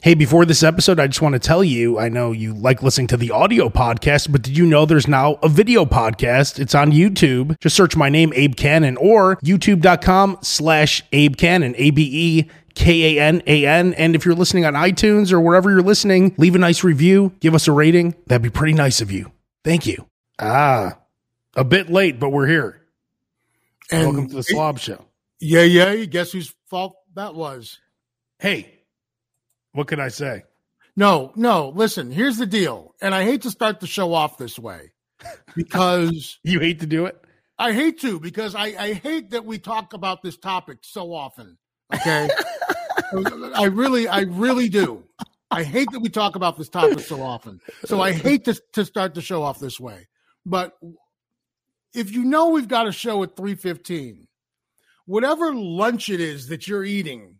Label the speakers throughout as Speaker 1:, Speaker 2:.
Speaker 1: Hey, before this episode, I just want to tell you I know you like listening to the audio podcast, but did you know there's now a video podcast? It's on YouTube. Just search my name, Abe Cannon, or youtube.com slash Abe Cannon, A B E K A N A N. And if you're listening on iTunes or wherever you're listening, leave a nice review, give us a rating. That'd be pretty nice of you. Thank you. Ah, a bit late, but we're here.
Speaker 2: And
Speaker 1: Welcome to the Slob Show.
Speaker 2: yeah, yeah. Guess whose fault that was?
Speaker 1: Hey, what could I say?
Speaker 2: No, no. Listen, here's the deal. And I hate to start the show off this way because
Speaker 1: You hate to do it?
Speaker 2: I hate to, because I, I hate that we talk about this topic so often. Okay. I really, I really do. I hate that we talk about this topic so often. So I hate to, to start the show off this way. But if you know we've got a show at 315, whatever lunch it is that you're eating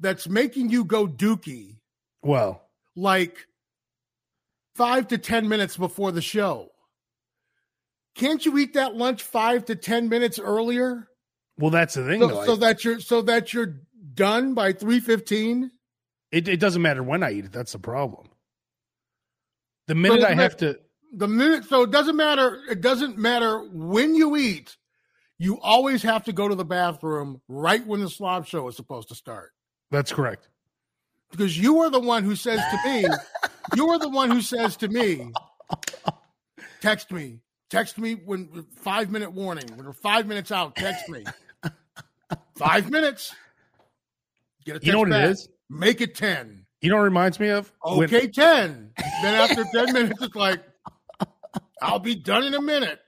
Speaker 2: that's making you go dookie
Speaker 1: Well,
Speaker 2: like five to 10 minutes before the show. Can't you eat that lunch five to 10 minutes earlier?
Speaker 1: well, that's the thing. though.
Speaker 2: So,
Speaker 1: I-
Speaker 2: so that you're so that you're done by 315?
Speaker 1: It, it doesn't matter when I eat it. That's the problem. The minute I
Speaker 2: doesn't
Speaker 1: have to,
Speaker 2: The minute so it doesn't matter, it doesn't matter when you eat. You always have to go to the bathroom right when the slob show is supposed to start.
Speaker 1: that's correct.
Speaker 2: Because you are the one who says to me, you are the one who says to me, text me. Text me when five minute warning. When we're five minutes out, text me. Five minutes. Get a
Speaker 1: You know what
Speaker 2: text back.
Speaker 1: it is?
Speaker 2: Make it ten.
Speaker 1: You know what it reminds me of? When-
Speaker 2: Okay, ten. Then after ten minutes, it's like, I'll be done in a minute.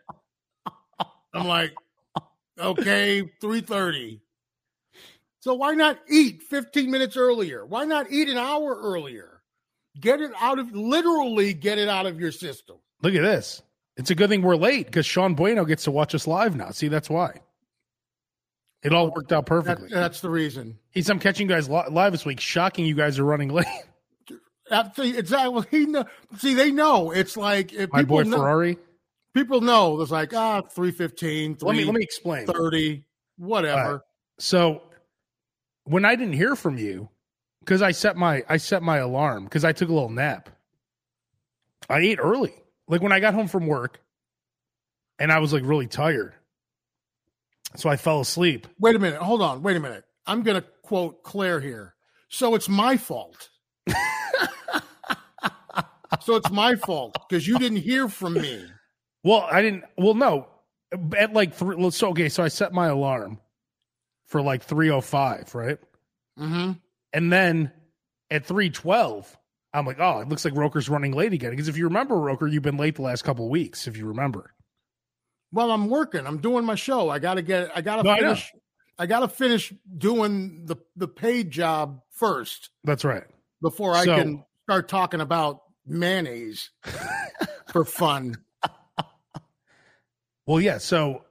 Speaker 2: I'm like, okay, three thirty. So why not eat fifteen minutes earlier? Why not eat an hour earlier? Get it out of literally get it out of your system.
Speaker 1: look at this. It's a good thing we're late because Sean Bueno gets to watch us live now. See, that's why. It all worked out
Speaker 2: That,
Speaker 1: perfectly.
Speaker 2: that's the reason.
Speaker 1: He's, I'm catching you guys li- live this week. Shocking you guys are running late.
Speaker 2: That- see, Exactly. Well, He know, see, they know. It's like if
Speaker 1: My
Speaker 2: people
Speaker 1: boy
Speaker 2: know,
Speaker 1: Ferrari.
Speaker 2: people know. It's like ah, three fifteen,
Speaker 1: Let me
Speaker 2: three
Speaker 1: let me explain.
Speaker 2: thirty, whatever.
Speaker 1: So when I didn't hear from you, because I set my I set my alarm because I took a little nap. I ate early. Like when I got home from work and I was like really tired. So I fell asleep.
Speaker 2: Wait a minute. Hold on. Wait a minute. I'm going to quote Claire here. So it's my fault. so it's my fault because you didn't hear from me.
Speaker 1: Well, I didn't well no. At like three well, so okay, so I set my alarm for like three oh five, right?
Speaker 2: Mm-hmm.
Speaker 1: And then at 312, I'm like, oh, it looks like Roker's running late again. Because if you remember, Roker, you've been late the last couple of weeks, if you remember.
Speaker 2: Well, I'm working. I'm doing my show. I got to get. I got to
Speaker 1: No, I know.
Speaker 2: finish. I, got to finish doing the the paid job first
Speaker 1: That's right.
Speaker 2: before I
Speaker 1: So-
Speaker 2: can start talking about mayonnaise for fun.
Speaker 1: Well, yeah. So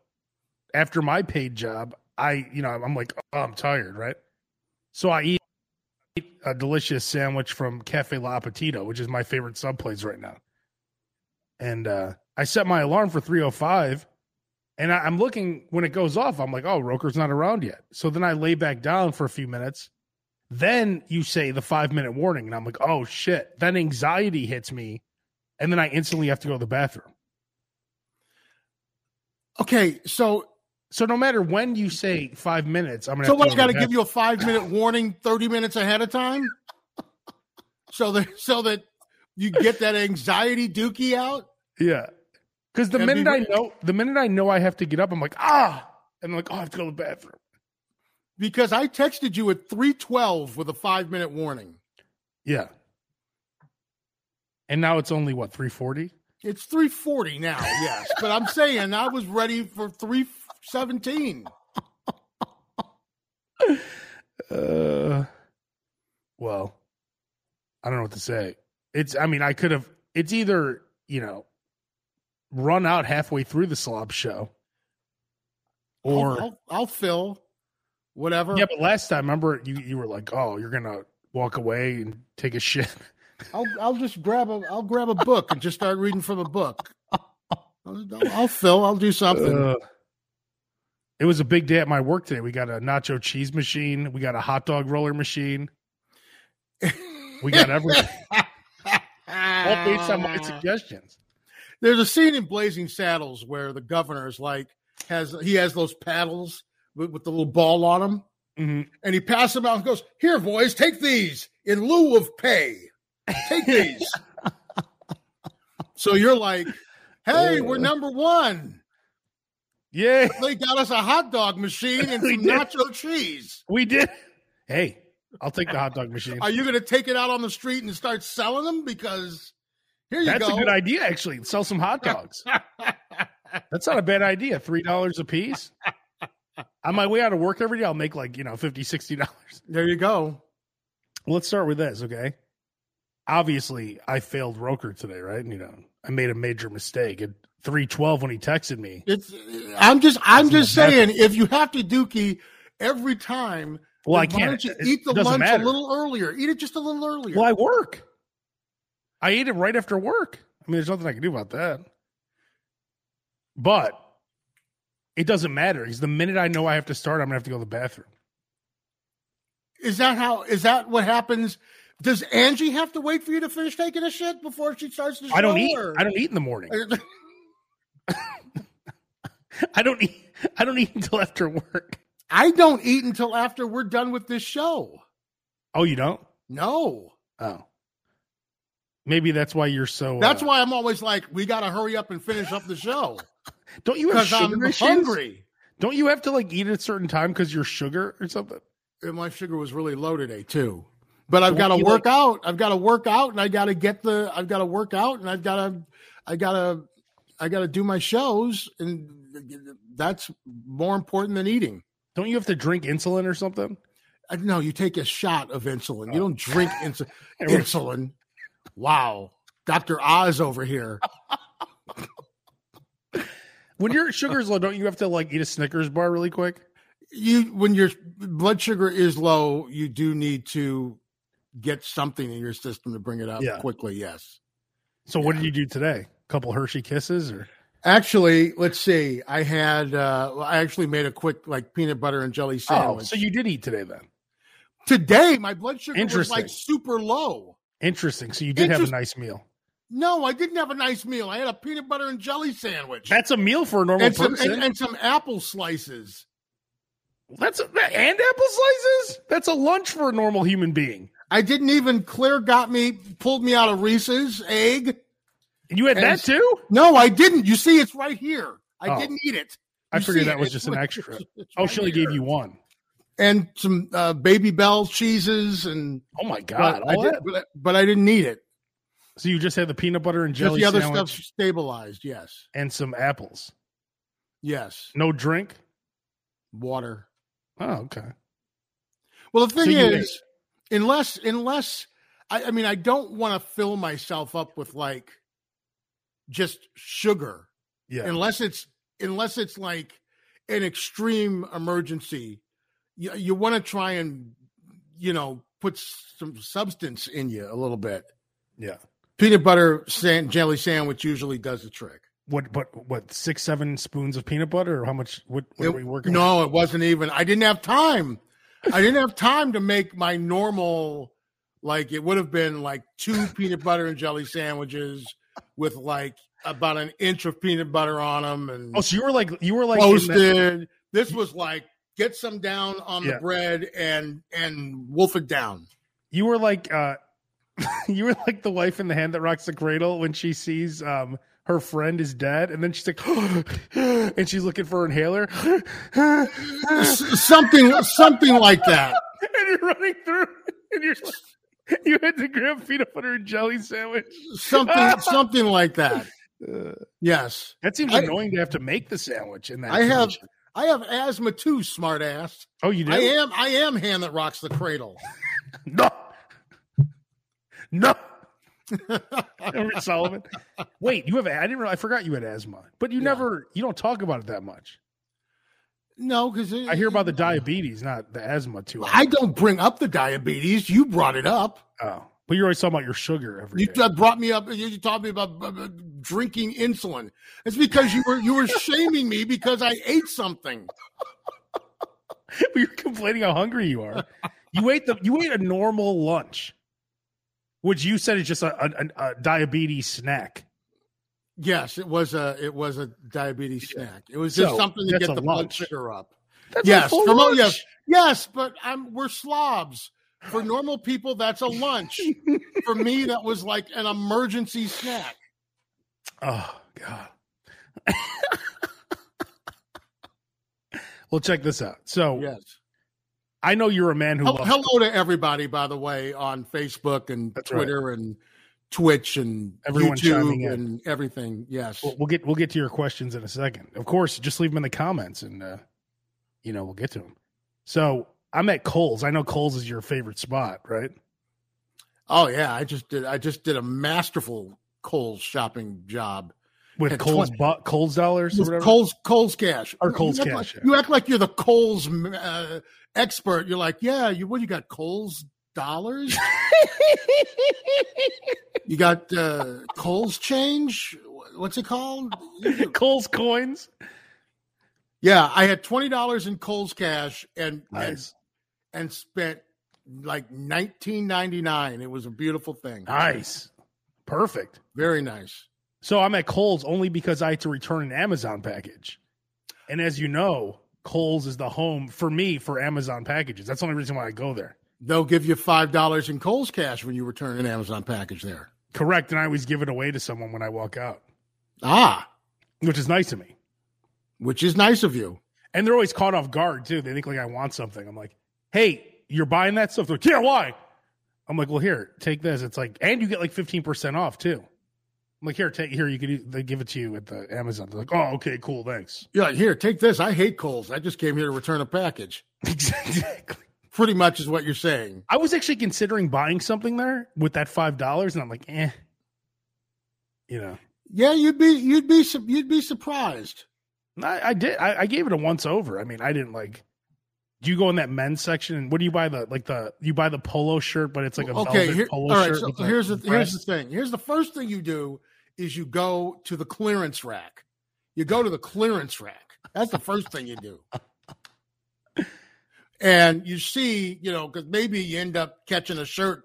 Speaker 1: after my paid job, I, you know, I'm like, oh, I'm tired, right? So I eat a delicious sandwich from Cafe La Petito, which is my favorite sub place right now. And uh, I set my alarm for 305. And I, I'm looking when it goes off, I'm like, oh, Roker's not around yet. So then I lay back down for a few minutes. Then you say the five minute warning. And I'm like, oh, shit. Then anxiety hits me. And then I instantly have to go to the bathroom.
Speaker 2: Okay, so
Speaker 1: So no matter when you say five minutes, I'm gonna.
Speaker 2: So
Speaker 1: have to
Speaker 2: what?
Speaker 1: go
Speaker 2: I got to
Speaker 1: the
Speaker 2: give you a five minute warning, thirty minutes ahead of time, so that so that you get that anxiety dookie out.
Speaker 1: bathroom. Yeah, because the
Speaker 2: Gotta
Speaker 1: minute
Speaker 2: be
Speaker 1: I
Speaker 2: ready.
Speaker 1: know, the minute I know I have to get up, I'm like ah, and I'm like oh, I have to go to the bathroom.
Speaker 2: Because I texted you at three twelve with a five minute warning.
Speaker 1: Yeah. And now it's only what three forty.
Speaker 2: It's three forty now, yes, but I'm saying I was ready for three seventeen.
Speaker 1: Uh, well, I don't know what to say. It's. I mean, I could have. It's either you know, run out halfway through the slob show, or
Speaker 2: I'll, I'll, I'll fill whatever.
Speaker 1: yeah. But last time, remember you you were like, oh, you're gonna walk away and take a shit.
Speaker 2: I'll I'll just grab a I'll grab a book and just start reading from a book. I'll, I'll fill. I'll do something.
Speaker 1: Uh, it was a big day at my work today. We got a nacho cheese machine. We got a hot dog roller machine. We got everything. All based on my suggestions.
Speaker 2: There's a scene in Blazing Saddles where the governor is like has he has those paddles with, with the little ball on them,
Speaker 1: Mhm.
Speaker 2: and he passes them out and goes, "Here, boys, take these in lieu of pay. Take these." so you're like,
Speaker 1: Oh.
Speaker 2: "Hey, we're number one.
Speaker 1: Yeah,
Speaker 2: They got us a hot dog machine and
Speaker 1: We
Speaker 2: some
Speaker 1: did.
Speaker 2: nacho cheese.
Speaker 1: we did. Hey, I'll take the hot dog machine.
Speaker 2: Are you going to take it out on the street and start selling them? Because here you
Speaker 1: That's
Speaker 2: go."
Speaker 1: a good idea, actually. Sell some hot dogs. That's not a bad idea. Three dollars a piece. On my way out of work every day, I'll make like, you know, 50 dollars.
Speaker 2: there you go.
Speaker 1: Let's start with this, okay? Obviously, I failed Roker today, right? You know, I made a major mistake at 312 when he texted me.
Speaker 2: It's. I'm just. I'm
Speaker 1: Doesn't
Speaker 2: just
Speaker 1: matter.
Speaker 2: saying. If you have to dookie every time,
Speaker 1: Well, I
Speaker 2: then Why
Speaker 1: can't
Speaker 2: don't you
Speaker 1: it-
Speaker 2: eat the
Speaker 1: it doesn't
Speaker 2: lunch
Speaker 1: matter.
Speaker 2: a little earlier? Eat it just a little earlier.
Speaker 1: Well, I work. I ate it right after work. I mean, there's nothing I can do about that. But it doesn't matter because the minute I know I have to start, I'm gonna have to go to the bathroom.
Speaker 2: Is that how? Is that what happens? Does Angie have to wait for you to finish taking a shit before she starts the show?
Speaker 1: I don't eat.
Speaker 2: or-
Speaker 1: I don't eat in the morning. I don't eat. I don't eat until after work.
Speaker 2: I don't eat until after we're done with this show.
Speaker 1: Oh, you don't?
Speaker 2: No,
Speaker 1: Oh, maybe that's why you're so.
Speaker 2: that's
Speaker 1: uh,
Speaker 2: why I'm always like, we got to hurry up and finish up the show
Speaker 1: Don't you have
Speaker 2: because
Speaker 1: sugar
Speaker 2: I'm
Speaker 1: issues?
Speaker 2: hungry.
Speaker 1: Don't you have to like eat at a certain time because your sugar or something?
Speaker 2: And my sugar was really low today too. But I've
Speaker 1: Well,
Speaker 2: got to
Speaker 1: you
Speaker 2: work out. I've got to work out, and I got to get the. I've got to work out, and I've got to. I got to. I got to do my shows, and that's more important than eating.
Speaker 1: Don't you have to drink insulin or something?
Speaker 2: I- No, you take a shot of insulin. You don't
Speaker 1: Oh.
Speaker 2: drink insulin.
Speaker 1: Everyone-
Speaker 2: insulin. Wow, Doctor Oz over here.
Speaker 1: When your sugar's low, don't you have to like eat a Snickers bar really quick?
Speaker 2: You when your blood sugar is low, you do need to get something in your system to bring it up
Speaker 1: Yeah.
Speaker 2: quickly. Yes.
Speaker 1: So what did you do today? A couple Hershey kisses
Speaker 2: Oh,
Speaker 1: or
Speaker 2: Actually, let's see. I had uh well, I actually made a quick like peanut butter and jelly sandwich.
Speaker 1: oh, so you did eat today then?
Speaker 2: Today my blood sugar was
Speaker 1: Interesting.
Speaker 2: like super low.
Speaker 1: Interesting. So you did have a
Speaker 2: Interest-
Speaker 1: nice meal.
Speaker 2: No, I didn't have a nice meal. I had a peanut butter and jelly sandwich
Speaker 1: That's a meal for a normal
Speaker 2: and some
Speaker 1: person.
Speaker 2: and, and some apple slices.
Speaker 1: That's a, and apple slices. That's a lunch for a normal human being.
Speaker 2: I didn't even Claire got me pulled me out of Reese's egg.
Speaker 1: You had
Speaker 2: And
Speaker 1: that
Speaker 2: s-
Speaker 1: too.
Speaker 2: No, I didn't. You see, it's right here. I
Speaker 1: Oh.
Speaker 2: didn't eat it.
Speaker 1: I
Speaker 2: You
Speaker 1: figured
Speaker 2: see
Speaker 1: that
Speaker 2: it.
Speaker 1: was
Speaker 2: It's
Speaker 1: just an
Speaker 2: right-
Speaker 1: extra.
Speaker 2: it's- it's
Speaker 1: Oh,
Speaker 2: right
Speaker 1: Shilly gave
Speaker 2: here.
Speaker 1: you one.
Speaker 2: and some uh, baby bell cheeses and
Speaker 1: Oh my god!
Speaker 2: but I
Speaker 1: all
Speaker 2: did,
Speaker 1: that?
Speaker 2: but, I- but I didn't need it.
Speaker 1: So you just had the peanut butter and
Speaker 2: Just
Speaker 1: jelly
Speaker 2: the other
Speaker 1: sandwich
Speaker 2: stuff stabilized. Yes,
Speaker 1: and some apples.
Speaker 2: yes,
Speaker 1: No drink.
Speaker 2: water.
Speaker 1: Oh, okay.
Speaker 2: Well, the thing
Speaker 1: you ate.
Speaker 2: is, unless unless I, I mean, I don't want to fill myself up with like just sugar,
Speaker 1: Yeah.
Speaker 2: unless it's unless it's like an extreme emergency. You you want to try and you know put some substance in you a little bit.
Speaker 1: yeah.
Speaker 2: Peanut butter sand, jelly sandwich usually does the trick.
Speaker 1: What? But what? Six, seven spoons of peanut butter, or how much? What? What
Speaker 2: It-
Speaker 1: are we working? with?
Speaker 2: no, it wasn't even. I didn't have time. I didn't have time to make my normal. Like it would have been like two peanut butter and jelly sandwiches with like about an inch of peanut butter on them and
Speaker 1: Oh, so you were like you were like in that-
Speaker 2: toasted. This was like get some down on
Speaker 1: Yeah.
Speaker 2: the bread and and wolf it down.
Speaker 1: you were like uh you were like the wife in the hand that rocks the cradle when she sees um her friend is dead and then she's like and she's looking for her inhaler and
Speaker 2: S- something something like that.
Speaker 1: you're running through and you're like, you had to grab peanut butter and jelly sandwich
Speaker 2: Something something like that.
Speaker 1: Uh,
Speaker 2: Yes.
Speaker 1: that seems
Speaker 2: I-
Speaker 1: annoying to have to make the sandwich in that
Speaker 2: I have-
Speaker 1: condition.
Speaker 2: I have asthma too, smartass.
Speaker 1: oh you
Speaker 2: I
Speaker 1: do
Speaker 2: am I am hand that rocks the cradle.
Speaker 1: no no Remember Solomon. Wait, you have I didn't realize, I forgot you had asthma, but you
Speaker 2: Yeah.
Speaker 1: never you don't talk about it that much.
Speaker 2: No, because
Speaker 1: I hear about the diabetes, not the asthma too.
Speaker 2: I don't bring up the diabetes. You brought it up.
Speaker 1: Oh, but you're always talking about your sugar every
Speaker 2: You
Speaker 1: day.
Speaker 2: t- brought me up. You you taught me about uh, uh, drinking insulin. It's because you were you were shaming me because I ate something.
Speaker 1: you're complaining how hungry you are. You ate the you ate a normal lunch. which you said is just a, a, a diabetes snack.
Speaker 2: Yes, it was a it was a diabetes snack. It was just
Speaker 1: So,
Speaker 2: something to
Speaker 1: that's
Speaker 2: get
Speaker 1: a
Speaker 2: the blood
Speaker 1: lunch.
Speaker 2: sugar up.
Speaker 1: That's
Speaker 2: yes,
Speaker 1: a full
Speaker 2: for mo-
Speaker 1: lunch.
Speaker 2: yes, yes, but I'm we're slobs. For normal people, that's a lunch. for me, that was like an emergency snack.
Speaker 1: Oh god. well, check this out. So
Speaker 2: Yes.
Speaker 1: I know you're a man who
Speaker 2: Hel-
Speaker 1: loves.
Speaker 2: Hello to everybody, by the way, on Facebook and
Speaker 1: That's right.
Speaker 2: Twitter and Twitch and
Speaker 1: Everyone chiming
Speaker 2: YouTube
Speaker 1: in.
Speaker 2: and everything. Yes.
Speaker 1: We'll, we'll get we'll get to your questions in a second. Of course, just leave them in the comments, and uh, you know we'll get to them. So I'm at Cole's. I know Cole's is your favorite spot, right?
Speaker 2: Oh yeah, I just did. I just did a masterful Kohl's shopping job.
Speaker 1: With
Speaker 2: At
Speaker 1: Cole's, bu- Cole's dollars or
Speaker 2: With
Speaker 1: whatever.
Speaker 2: Kohl's Kohl's cash
Speaker 1: Or Kohl's
Speaker 2: you act
Speaker 1: Cash,
Speaker 2: Like,
Speaker 1: yeah.
Speaker 2: You act like you're the Kohl's uh, expert. You're like, yeah, you what? You got Kohl's dollars? you got uh, Kohl's change? What's it called?
Speaker 1: Cole's coins.
Speaker 2: Yeah, I had twenty dollars in Kohl's cash and, and
Speaker 1: Nice,
Speaker 2: and spent like 19.99 it was a beautiful thing
Speaker 1: nice, perfect.
Speaker 2: very nice
Speaker 1: So I'm at Cole's only because I had to return an Amazon package. And as you know, Cole's is the home for me for Amazon packages. That's the only reason why I go there.
Speaker 2: they'll give you five dollars in Kohl's cash when you return an amazon package there
Speaker 1: Correct. And I always give it away to someone when I walk out,
Speaker 2: ah
Speaker 1: which is nice of me.
Speaker 2: which is nice of you
Speaker 1: And they're always caught off guard too. They think like I want something. I'm like, hey, you're buying that stuff? They're like, yeah, why? I'm like, well, here, take this. It's like, and you get like 15% off too. I'm like, here, take here. You can e, they give it to you at the Amazon. They're like, oh, okay, cool, thanks.
Speaker 2: you're like here take this i hate Kohl's. i just came here to return a package
Speaker 1: exactly.
Speaker 2: pretty much is what you're saying
Speaker 1: I was actually considering buying something there with that five dollars, and I'm like, eh, you know.
Speaker 2: yeah you'd be you'd be su- you'd be surprised
Speaker 1: And I, I did. I, I gave it a once over. I mean, I didn't like. Do you go in that men's section? And what do you buy the like the you buy the polo shirt, but it's like a
Speaker 2: okay
Speaker 1: velvet
Speaker 2: here, all
Speaker 1: polo
Speaker 2: right
Speaker 1: shirt.
Speaker 2: so
Speaker 1: with
Speaker 2: so here's the here's
Speaker 1: breast.
Speaker 2: the thing here's the first thing you do is you go to the clearance rack you go to the clearance rack that's the first thing you do and you see you know because maybe you end up catching a shirt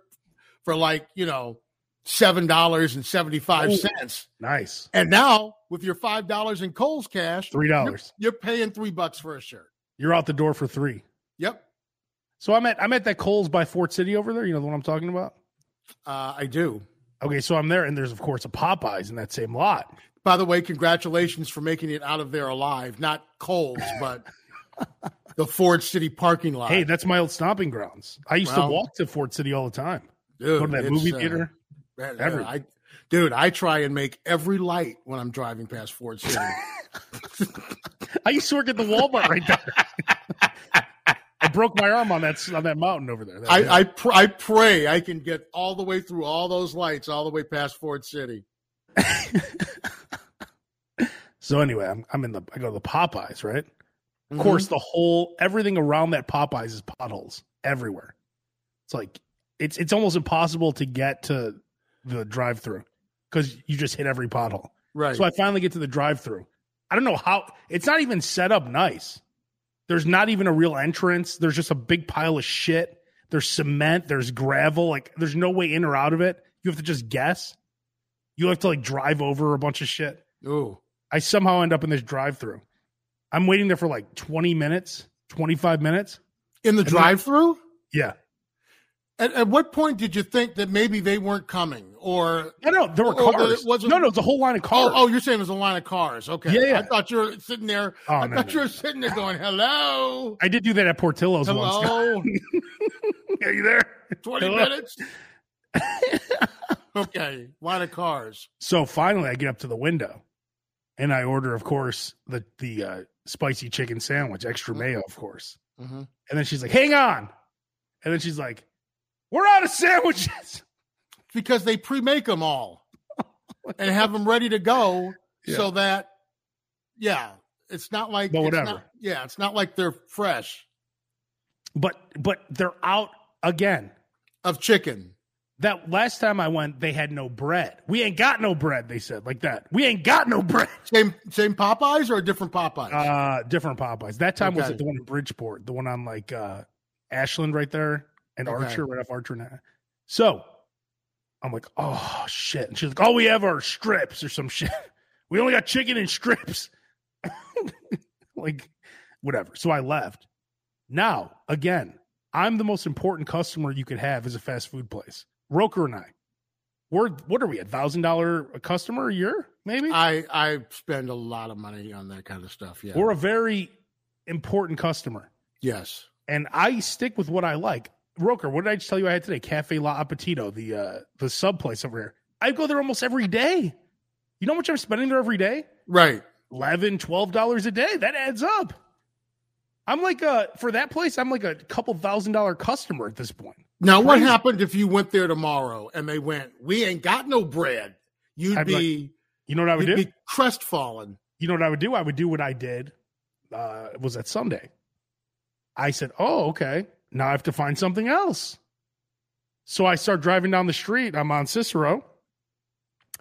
Speaker 2: for like you know seven dollars and 75 cents
Speaker 1: nice
Speaker 2: and now with your five dollars in cole's cash
Speaker 1: three dollars.
Speaker 2: you're paying three bucks for a shirt
Speaker 1: You're out the door for three.
Speaker 2: yep
Speaker 1: So I'm at I'm at that Coles by Fort City over there. You know the one I'm talking about.
Speaker 2: uh, i do
Speaker 1: Okay, so I'm there, and there's of course a Popeyes in that same lot.
Speaker 2: By the way, congratulations for making it out of there alive. Not Coles, but the Ford City parking lot.
Speaker 1: Hey, that's my old stomping grounds. I used
Speaker 2: Wow.
Speaker 1: to walk to Fort City all the time.
Speaker 2: dude,
Speaker 1: Go to that
Speaker 2: it's,
Speaker 1: movie
Speaker 2: uh,
Speaker 1: theater.
Speaker 2: man,
Speaker 1: every-
Speaker 2: I, dude, I try and make every light when I'm driving past Ford City.
Speaker 1: I used to work at the Walmart right there. I broke my arm on that on that mountain over there. That-
Speaker 2: I I, pr- I pray I can get all the way through all those lights, all the way past Ford City.
Speaker 1: so anyway, I'm I'm in the I go to the Popeyes, right?
Speaker 2: Mm-hmm.
Speaker 1: Of course, the whole everything around that Popeyes is potholes everywhere. It's like it's it's almost impossible to get to the drive-through because you just hit every pothole.
Speaker 2: Mm-hmm. right?
Speaker 1: So I finally get to the drive-through. I don't know how it's not even set up nice. There's not even a real entrance. There's just a big pile of shit. There's cement, there's gravel, like there's no way in or out of it. You have to just guess. You have to like drive over a bunch of shit.
Speaker 2: Ooh,
Speaker 1: I somehow end up in this drive-through. I'm waiting there for like 20 minutes, 25 minutes.
Speaker 2: in the
Speaker 1: then-
Speaker 2: drive-through.
Speaker 1: Yeah.
Speaker 2: At, at what point did you think that maybe they weren't coming, or
Speaker 1: No, no, there were
Speaker 2: Oh, there
Speaker 1: cars.
Speaker 2: wasn't-
Speaker 1: no, no, it's a whole line of cars.
Speaker 2: Oh, oh, you're saying it was a line of cars. Okay.
Speaker 1: Yeah, yeah.
Speaker 2: I thought you were sitting there.
Speaker 1: Oh,
Speaker 2: I
Speaker 1: no,
Speaker 2: thought
Speaker 1: no,
Speaker 2: you were sitting there going, hello.
Speaker 1: I did do that at Portillo's once.
Speaker 2: Hello.
Speaker 1: Are you there?
Speaker 2: 20
Speaker 1: Hello.
Speaker 2: minutes. okay. Line of cars.
Speaker 1: So finally, I get up to the window, and I order, of course, the the uh, spicy chicken sandwich, extra mayo, of course. And then she's like, "Hang on," and then she's like, "We're out of sandwiches."
Speaker 2: Because they pre make them all and have them ready to go so that, yeah, it's not like,
Speaker 1: But
Speaker 2: it's
Speaker 1: whatever.
Speaker 2: not- yeah, it's not like they're fresh
Speaker 1: But but they're out again.
Speaker 2: of chicken.
Speaker 1: That last time I went, they had no bread. We ain't got no bread. They said like that. We ain't got no bread.
Speaker 2: Same, same Popeyes or a different Popeyes?
Speaker 1: Uh, different Popeyes. That time was
Speaker 2: Okay.
Speaker 1: at the one in Bridgeport, the one on like uh Ashland right there and
Speaker 2: Okay.
Speaker 1: Archer right off Archer. and- So I'm like, oh shit. And she's like, oh, we have our strips or some shit. We only got chicken and strips. like, whatever. So I left. Now, again, I'm the most important customer you could have as a fast food place. Roker and I. We're what are we, a thousand dollar customer a year, maybe?
Speaker 2: I I spend a lot of money on that kind of stuff. Yeah.
Speaker 1: We're a very important customer.
Speaker 2: yes.
Speaker 1: And I stick with what I like. Roker, what did I just tell you I had today? Cafe La Appetito, the uh the sub place over here. I go there almost every day. You know how much I'm spending there every day?
Speaker 2: Right.
Speaker 1: 11 dollars a day that adds up i'm like uh for that place i'm like a couple thousand dollar customer at this point
Speaker 2: Now, what
Speaker 1: Crazy.
Speaker 2: happened if you went there tomorrow and they went, "We ain't got no bread"? You'd
Speaker 1: I'd be
Speaker 2: be
Speaker 1: you know what i would
Speaker 2: you'd
Speaker 1: do
Speaker 2: be crestfallen.
Speaker 1: you know what i would do i would do what i did uh was that sunday i said oh okay now i have to find something else so i start driving down the street i'm on cicero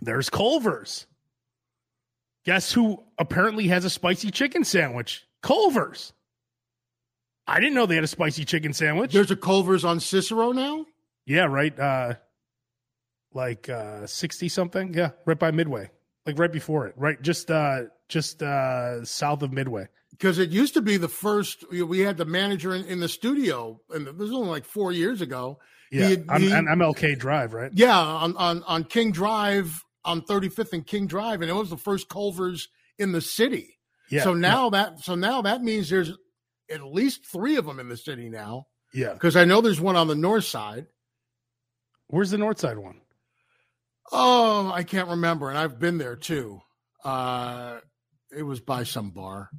Speaker 1: there's culver's guess who apparently has a spicy chicken sandwich culver's i didn't know they had a spicy chicken sandwich
Speaker 2: There's a Culver's on Cicero now.
Speaker 1: Yeah, right. Uh like uh 60 something. Yeah, right by Midway. Like right before it. Right just uh just uh south of Midway.
Speaker 2: because it used to be the first we- we had the manager in, in the studio and this was only like four years ago
Speaker 1: Yeah.
Speaker 2: The-
Speaker 1: on,
Speaker 2: the-
Speaker 1: on MLK Drive, right?
Speaker 2: yeah on, on, on king drive on 35th and king drive and it was the first culver's in the city
Speaker 1: Yeah.
Speaker 2: so now that so now that means there's at least three of them in the city now
Speaker 1: yeah.
Speaker 2: because i know there's one on the north side
Speaker 1: Where's the north side one?
Speaker 2: oh i can't remember and i've been there too uh it was by some bar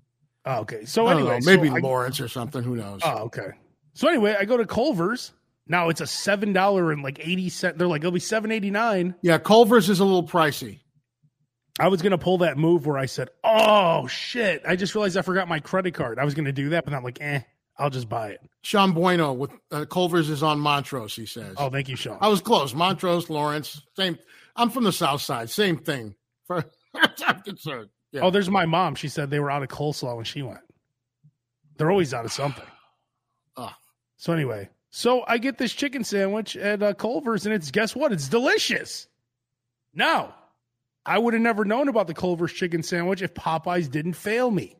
Speaker 1: Oh, okay. So
Speaker 2: I don't know,
Speaker 1: anyway,
Speaker 2: maybe
Speaker 1: so I-
Speaker 2: lawrence or something who knows
Speaker 1: Oh, okay. So anyway, I go to Culver's. Now it's a seven dollar and like eighty cent. They're like it'll be seven eighty nine.
Speaker 2: yeah culver's is a little pricey
Speaker 1: I was gonna pull that move where I said, "Oh shit!" I just realized I forgot my credit card. I was gonna do that, but I'm like, "Eh, I'll just buy it."
Speaker 2: Sean Bueno with uh, Culver's is on Montrose. He says,
Speaker 1: Oh, thank you, Sean.
Speaker 2: "I was close. Montrose, Lawrence, same. I'm from the South Side. Same thing. For I'm concerned. Yeah.
Speaker 1: Oh, there's my mom. She said they were out of coleslaw when she went. They're always out of something.
Speaker 2: Ah.
Speaker 1: So anyway, so I get this chicken sandwich at uh, Culver's, and it's guess what? It's delicious. Now, I would have never known about the Culver's chicken sandwich if Popeyes didn't fail me.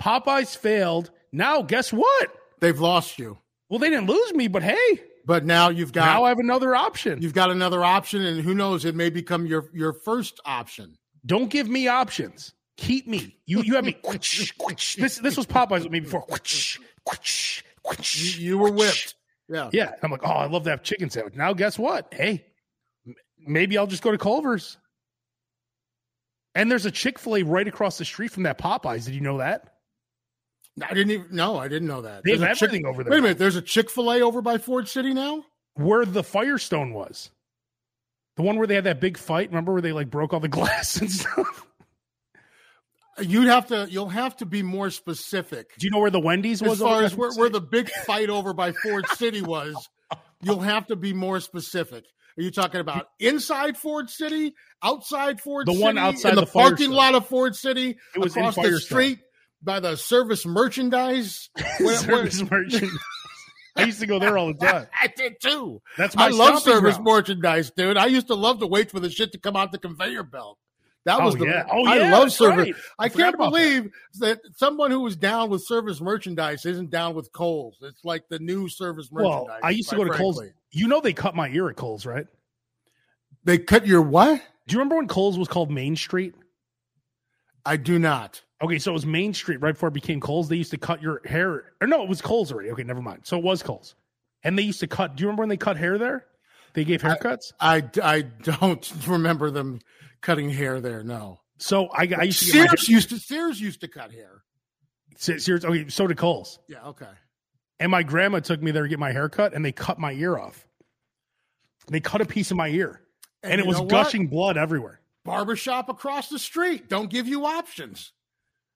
Speaker 1: Popeyes failed. Now, guess what?
Speaker 2: They've lost you,
Speaker 1: Well, they didn't lose me, but hey,
Speaker 2: but now you've got
Speaker 1: now I have another option.
Speaker 2: you've got another option, and who knows? It may become your your first option.
Speaker 1: Don't give me options. Keep me. You you have me. Quitch, quitch. This this was Popeyes with me before. Quitch, quitch, quitch,
Speaker 2: You, you were
Speaker 1: quitch.
Speaker 2: whipped. Yeah.
Speaker 1: Yeah, I'm like, oh, I love that chicken sandwich. Now guess what? Hey, m- maybe I'll just go to Culver's. And there's a Chick Fil A right across the street from that Popeyes. Did you know that?
Speaker 2: I didn't even. No, I didn't know that.
Speaker 1: They have
Speaker 2: There's a Chick-
Speaker 1: everything over there.
Speaker 2: Wait a minute. There's a Chick Fil A over by Ford City now.
Speaker 1: Where the Firestone was, the one where they had that big fight. Remember where they like broke all the glass and stuff?
Speaker 2: You'd have to. You'll have to be more specific.
Speaker 1: Do you know where the Wendy's was?
Speaker 2: as
Speaker 1: over
Speaker 2: far
Speaker 1: there?
Speaker 2: as where, where the big fight over by Ford City was, you'll have to be more specific. Are you talking about inside Ford City, outside Ford
Speaker 1: The
Speaker 2: City,
Speaker 1: one outside
Speaker 2: in the,
Speaker 1: the fire
Speaker 2: parking
Speaker 1: store.
Speaker 2: lot of Ford City,
Speaker 1: It was in
Speaker 2: across the
Speaker 1: Firestone.
Speaker 2: street by the service merchandise? Where- where-
Speaker 1: service merchant. I used to go there all the time.
Speaker 2: I did too.
Speaker 1: That's my
Speaker 2: I love
Speaker 1: stomping
Speaker 2: service
Speaker 1: ground.
Speaker 2: merchandise, dude. I used to love to wait for the shit to come out the conveyor belt. That was
Speaker 1: oh
Speaker 2: the
Speaker 1: yeah, oh yeah,
Speaker 2: I love
Speaker 1: that's
Speaker 2: service.
Speaker 1: right.
Speaker 2: I
Speaker 1: forgot
Speaker 2: can't
Speaker 1: about
Speaker 2: believe that. someone who was down with service merchandise isn't down with Coles. It's like the new service merchandise.
Speaker 1: Well, I used to
Speaker 2: quite
Speaker 1: go to Kohl's.
Speaker 2: frankly.
Speaker 1: You know they cut my ear at Kohl's, right?
Speaker 2: They cut your what?
Speaker 1: Do you remember when Kohl's was called Main Street?
Speaker 2: I do not.
Speaker 1: Okay, so it was Main Street right before it became Kohl's. They used to cut your hair. Or no, it was Kohl's already. Okay, never mind. So it was Kohl's. And they used to cut. Do you remember when they cut hair there? They gave haircuts.
Speaker 2: I, I don't remember them cutting hair there. No.
Speaker 1: so I, I used to get my hair-
Speaker 2: Sears used to Sears used to cut hair.
Speaker 1: Se- Sears. Okay, so did Kohl's.
Speaker 2: Yeah. Okay.
Speaker 1: And my grandma took me there to get my hair cut and they cut my ear off. They cut a piece of my ear and, it
Speaker 2: you
Speaker 1: was
Speaker 2: know what?
Speaker 1: gushing blood everywhere.
Speaker 2: Barbershop across the street. Don't give you options.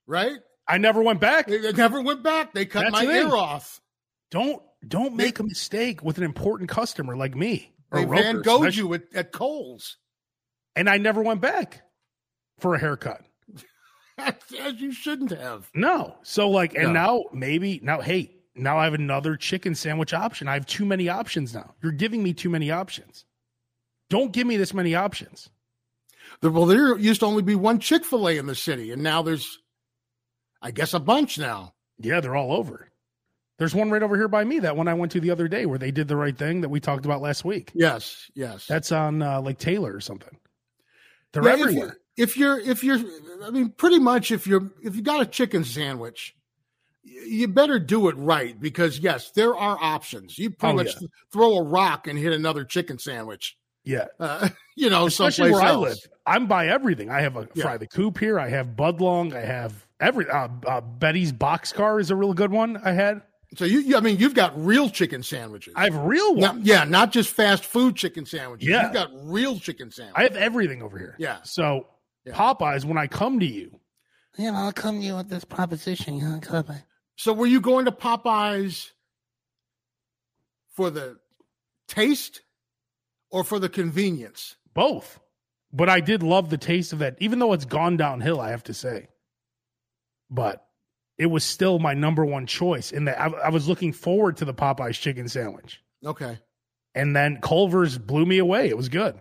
Speaker 2: Right?
Speaker 1: I never went back.
Speaker 2: They, they never went back. They cut
Speaker 1: That's
Speaker 2: my
Speaker 1: the
Speaker 2: ear
Speaker 1: thing.
Speaker 2: off.
Speaker 1: Don't don't make a mistake with an important customer like me or
Speaker 2: They
Speaker 1: Roker,
Speaker 2: Van Gogh'd
Speaker 1: especially.
Speaker 2: you at, at Coles.
Speaker 1: and I never went back for a haircut.
Speaker 2: As you shouldn't have.
Speaker 1: No. So like and
Speaker 2: No.
Speaker 1: now maybe now hey, now I have another chicken sandwich option. I have too many options now. You're giving me too many options. Don't give me this many options.
Speaker 2: There, well, there used to only be one Chick fil A in the city, and now there's, I guess, a bunch now.
Speaker 1: Yeah, they're all over. There's one right over here by me. That one I went to the other day where they did the right thing that we talked about last week.
Speaker 2: Yes, yes.
Speaker 1: That's on uh, like Taylor or something. They're
Speaker 2: Yeah, if
Speaker 1: everywhere.
Speaker 2: you- If you're, if you're, I mean, pretty much if you're, if you got a chicken sandwich, y- you better do it right because yes, there are options. You pretty
Speaker 1: Oh,
Speaker 2: much throw a rock and hit another chicken sandwich.
Speaker 1: yeah,
Speaker 2: Uh, you know,
Speaker 1: especially where
Speaker 2: someplace
Speaker 1: I
Speaker 2: else.
Speaker 1: live. I'm by everything. I have a
Speaker 2: Yeah.
Speaker 1: fry the coop here. I have Budlong. I have every uh, uh, Betty's boxcar is a real good one. I had.
Speaker 2: So you, you, I mean, you've got real chicken sandwiches.
Speaker 1: I have real
Speaker 2: Now-
Speaker 1: one.
Speaker 2: yeah, not just fast food chicken sandwiches.
Speaker 1: Yeah.
Speaker 2: You've got real chicken sandwiches.
Speaker 1: I have everything over here.
Speaker 2: Yeah.
Speaker 1: So
Speaker 2: Yeah.
Speaker 1: Popeyes, when I come to you,
Speaker 3: Yeah, I'll come to you with this proposition, young Cobra.
Speaker 2: So were you going to Popeyes for the taste or for the convenience?
Speaker 1: both. But I did love the taste of that, even though it's gone downhill. I have to say, but it was still my number one choice. In that I, I was looking forward to the Popeyes chicken sandwich.
Speaker 2: Okay.
Speaker 1: And then Culver's blew me away. It was good.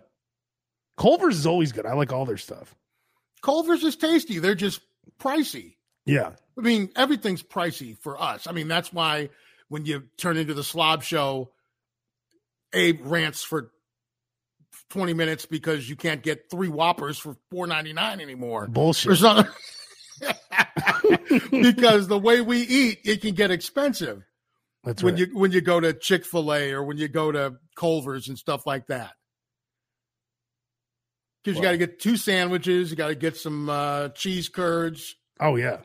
Speaker 1: Culver's is always good. I like all their stuff.
Speaker 2: Culver's is tasty. They're just pricey.
Speaker 1: Yeah.
Speaker 2: I mean, everything's pricey for us. I mean, that's why when you turn into the slob show, Abe rants for 20 minutes because you can't get three whoppers for 4.99 anymore. Or
Speaker 1: Bullshit.
Speaker 2: something. because the way we eat, it can get expensive.
Speaker 1: That's
Speaker 2: when
Speaker 1: right.
Speaker 2: you when you go to Chick Fil A or when you go to Culver's and stuff like that. Because you
Speaker 1: Wow.
Speaker 2: got to get two sandwiches, you got to get some uh, cheese curds,
Speaker 1: oh, yeah.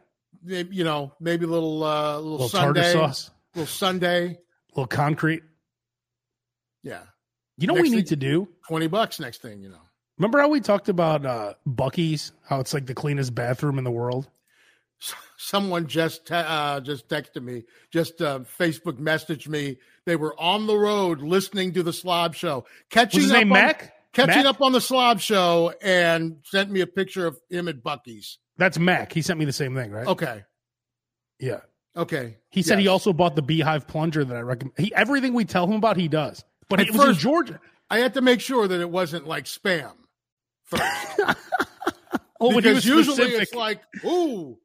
Speaker 2: may- you know, maybe a little uh, little,
Speaker 1: little tartar
Speaker 2: Sunday,
Speaker 1: sauce,
Speaker 2: little Sunday.
Speaker 1: little concrete.
Speaker 2: Yeah,
Speaker 1: You know what
Speaker 2: Next
Speaker 1: we need to
Speaker 2: thing-
Speaker 1: do?
Speaker 2: twenty bucks next thing, you know.
Speaker 1: Remember how we talked about uh, Bucky's, how it's like the cleanest bathroom in the world?
Speaker 2: S- Someone just te- uh, just texted me, just uh, Facebook messaged me. They were on the road listening to the Slob Show, catching
Speaker 1: What's his
Speaker 2: up
Speaker 1: name,
Speaker 2: on-
Speaker 1: Mac?
Speaker 2: catching
Speaker 1: Mac?
Speaker 2: up on the Slob Show, and sent me a picture of him at Bucky's.
Speaker 1: That's Mac. He sent me the same thing, right?
Speaker 2: Okay.
Speaker 1: Yeah.
Speaker 2: Okay.
Speaker 1: He said he
Speaker 2: Oh. Yes.
Speaker 1: also bought the beehive plunger that I recommend. He, everything we tell him about, he does. But
Speaker 2: At
Speaker 1: it was in
Speaker 2: first-
Speaker 1: Georgia.
Speaker 2: I had to make sure that it wasn't like spam first.
Speaker 1: Oh, but he
Speaker 2: because
Speaker 1: was
Speaker 2: usually
Speaker 1: specific.
Speaker 2: it's like, ooh,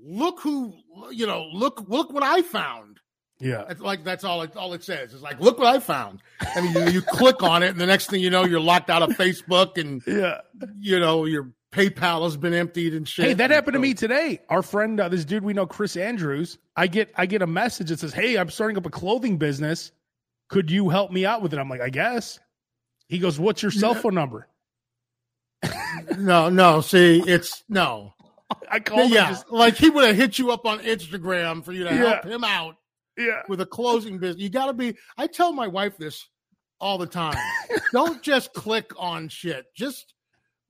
Speaker 2: look who you know, look look what I found.
Speaker 1: yeah.
Speaker 2: It's like that's all it all it says. It's like, look what I found. I mean, you, you click on it, and the next thing you know, you're locked out of Facebook and
Speaker 1: Yeah.
Speaker 2: you know, your PayPal has been emptied and shit.
Speaker 1: Hey, that happened to me today. Our friend, uh, this dude we know, Chris Andrews. I get I get a message that says, "Hey, I'm starting up a clothing business. Could you help me out with it?" I'm like, "I guess." He goes, "What's your cell phone number?"
Speaker 2: No, no, see, it's no.
Speaker 1: I called
Speaker 2: yeah,
Speaker 1: him. Just,
Speaker 2: like he would have hit you up on Instagram for you to help
Speaker 1: Yeah.
Speaker 2: him out.
Speaker 1: yeah,
Speaker 2: with a closing business. You got to be. I tell my wife this all the time. Don't just click on shit. Just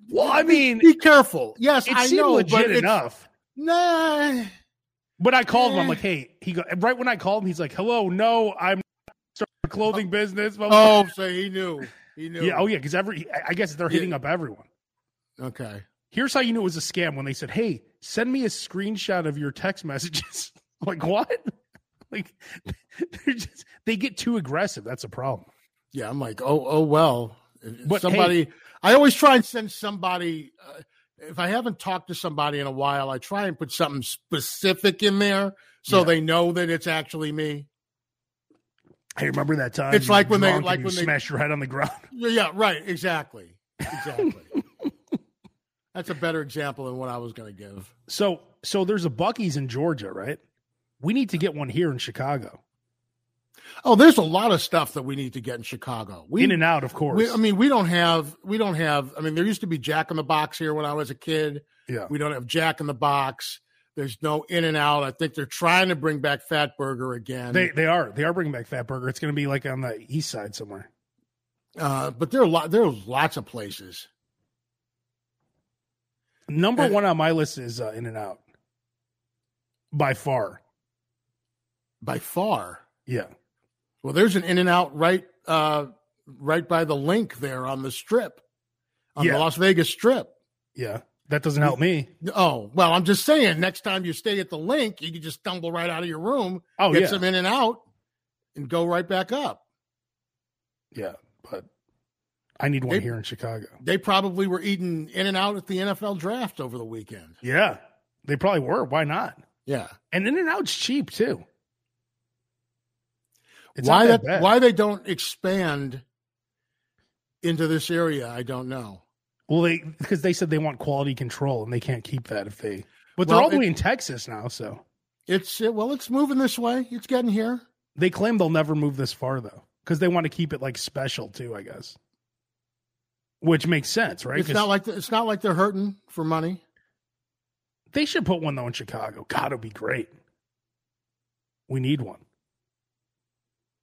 Speaker 1: Well, I mean,
Speaker 2: be careful. Yes,
Speaker 1: it
Speaker 2: I
Speaker 1: seemed
Speaker 2: know, but
Speaker 1: legit
Speaker 2: it's-
Speaker 1: enough.
Speaker 2: Nah.
Speaker 1: But I called him. I'm
Speaker 2: Eh.
Speaker 1: like, "Hey," he go, right when I called him, he's like, "Hello, no, I'm starting a clothing business." Blah, blah,
Speaker 2: Oh, so he knew. He
Speaker 1: blah.
Speaker 2: knew.
Speaker 1: yeah, oh yeah, because every I- I guess they're
Speaker 2: Yeah.
Speaker 1: hitting up everyone.
Speaker 2: Okay.
Speaker 1: Here's how you knew it was a scam when they said, "Hey, send me a screenshot of your text messages." like what? like they're just they get too aggressive. That's a problem.
Speaker 2: Yeah, I'm like, oh, oh well. If- if
Speaker 1: But,
Speaker 2: somebody. I always try and send somebody. Uh, if I haven't talked to somebody in a while, I try and put something specific in there so
Speaker 1: Yeah.
Speaker 2: they know that it's actually me.
Speaker 1: Hey, remember that time?
Speaker 2: It's
Speaker 1: you
Speaker 2: like
Speaker 1: were
Speaker 2: when they-
Speaker 1: drunk and
Speaker 2: like
Speaker 1: you
Speaker 2: when they-
Speaker 1: smash your head on the ground.
Speaker 2: Yeah, yeah, right. Exactly. Exactly. That's a better example than what I was going to give.
Speaker 1: So so there's a Bucky's in Georgia, right? We need to get one here in Chicago.
Speaker 2: Oh, there's a lot of stuff that we need to get in Chicago. We,
Speaker 1: in and out, of course.
Speaker 2: we- I mean, we don't have, we don't have. I mean, there used to be Jack in the Box here when I was a kid.
Speaker 1: yeah.
Speaker 2: We don't have Jack in the Box. There's no In and Out. I think they're trying to bring back Fat Burger again.
Speaker 1: They they are they are bringing back Fat Burger. It's going to be like on the east side somewhere.
Speaker 2: uh, but there are lot, there are lots of places.
Speaker 1: Number
Speaker 2: And-
Speaker 1: one on my list is uh, In and Out. By far,
Speaker 2: By far,
Speaker 1: yeah.
Speaker 2: Well, there's an In and Out right uh, right by the link there on the strip, on
Speaker 1: Yeah.
Speaker 2: the Las Vegas Strip.
Speaker 1: Yeah, that doesn't help me.
Speaker 2: Oh, well, I'm just saying, next time you stay at the link, you can just stumble right out of your room,
Speaker 1: Oh
Speaker 2: get
Speaker 1: yeah,
Speaker 2: some in and out, and go right back up.
Speaker 1: yeah. But I need one
Speaker 2: They-
Speaker 1: here in Chicago.
Speaker 2: They probably were eating in and out at the NFL draft over the weekend.
Speaker 1: Yeah, they probably were. Why not?
Speaker 2: Yeah.
Speaker 1: And In and Out's cheap too. It's
Speaker 2: why
Speaker 1: not that
Speaker 2: that,
Speaker 1: bad.
Speaker 2: why they don't expand into this area, I don't know.
Speaker 1: Well, they because they said they want quality control and they can't keep that if they. But they're
Speaker 2: Well,
Speaker 1: all the
Speaker 2: it-
Speaker 1: way in Texas now, so
Speaker 2: It's it, well, it's moving this way. It's getting here.
Speaker 1: they claim they'll never move this far though, because they want to keep it like special too, I guess. Which makes sense, right?
Speaker 2: It's
Speaker 1: 'Cause
Speaker 2: not like the, it's not like they're hurting for money.
Speaker 1: they should put one though in Chicago. God, it'd be great. We need one.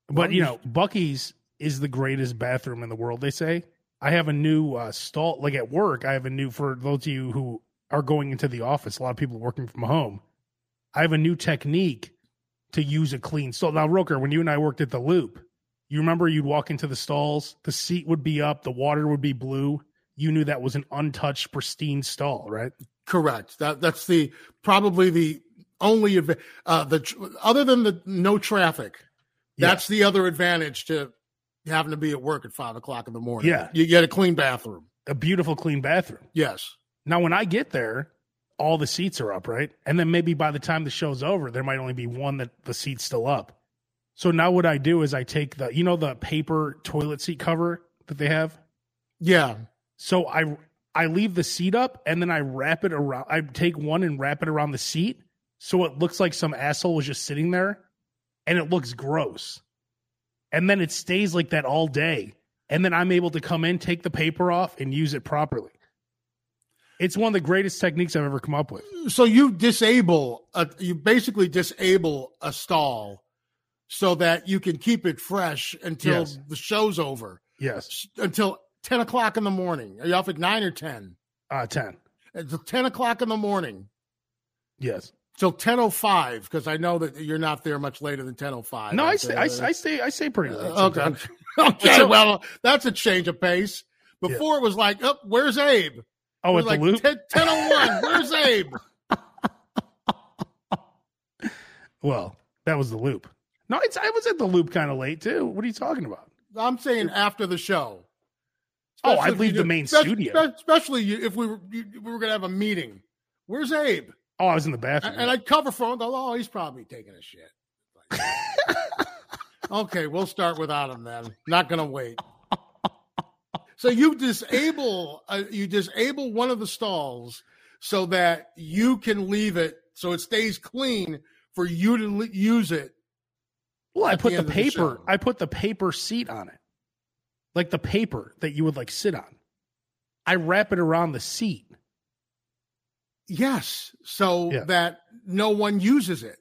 Speaker 2: Well,
Speaker 1: But you
Speaker 2: you-
Speaker 1: know, Bucky's is the greatest bathroom in the world. They say. I have a new uh, stall. Like at work, I have a new. For those of you who are going into the office, a lot of people working from home. I have a new technique to use a clean stall. Now, Roker, when you and I worked at the Loop, you remember you'd walk into the stalls. The seat would be up. The water would be blue. You knew that was an untouched, pristine stall, right?
Speaker 2: Correct. That that's the probably the only adva- uh the tr- other than the no traffic.
Speaker 1: Yeah.
Speaker 2: That's the other advantage to having to be at work at five o'clock in the morning.
Speaker 1: Yeah.
Speaker 2: you get a clean bathroom.
Speaker 1: A beautiful, clean bathroom.
Speaker 2: Yes.
Speaker 1: Now, when I get there, all the seats are up, right? And then maybe by the time the show's over, there might only be one that the seat's still up. So now what I do is I take the, you know, the paper toilet seat cover that they have.
Speaker 2: Yeah.
Speaker 1: So I I leave the seat up and then I wrap it around. I take one and wrap it around the seat, so it looks like some asshole was just sitting there, and it looks gross. And then it stays like that all day, and then I'm able to come in, take the paper off, and use it properly. It's one of the greatest techniques I've ever come up with.
Speaker 2: So you disable a, you basically disable a stall so that you can keep it fresh until
Speaker 1: Yes.
Speaker 2: the show's over
Speaker 1: Yes,
Speaker 2: S- until ten o'clock in the morning. Are you off at nine or ten?
Speaker 1: uh, ten.
Speaker 2: Until ten o'clock in the morning.
Speaker 1: Yes.
Speaker 2: till 10:05 because I know that you're not there much later than 10:05.
Speaker 1: No, I
Speaker 2: It's,
Speaker 1: stay. I,
Speaker 2: uh,
Speaker 1: I stay. I stay pretty late.
Speaker 2: uh, okay.
Speaker 1: sometimes.
Speaker 2: okay.
Speaker 1: So-
Speaker 2: Well, that's a change of pace. Before it was like, "Up, oh, where's Abe?" It
Speaker 1: Oh,
Speaker 2: was
Speaker 1: at
Speaker 2: like
Speaker 1: the loop.
Speaker 2: 10 10:01. Where's Abe?
Speaker 1: well, that was the loop. No, it's, I was at the loop kind of late too. What are you talking about?
Speaker 2: I'm saying after the show.
Speaker 1: Oh,
Speaker 2: Especially
Speaker 1: I'd
Speaker 2: if
Speaker 1: leave
Speaker 2: you
Speaker 1: the
Speaker 2: do-
Speaker 1: main
Speaker 2: spe-
Speaker 1: studio.
Speaker 2: spe- especially you- if we were you, we were going to have a meeting. Where's Abe?
Speaker 1: Oh, I was in the bathroom.
Speaker 2: And, and I'd cover for him. and Go, oh, he's probably taking a shit. Like, okay, we'll start without him then. Not gonna wait. So you disable uh, you disable one of the stalls so that you can leave it so it stays clean for you to le- use it.
Speaker 1: Well, I
Speaker 2: at the
Speaker 1: put the,
Speaker 2: end of the
Speaker 1: paper.
Speaker 2: show.
Speaker 1: I put the paper seat on it, like the paper that you would like sit on. I wrap it around the seat.
Speaker 2: Yes, so
Speaker 1: Yeah.
Speaker 2: that no one uses it.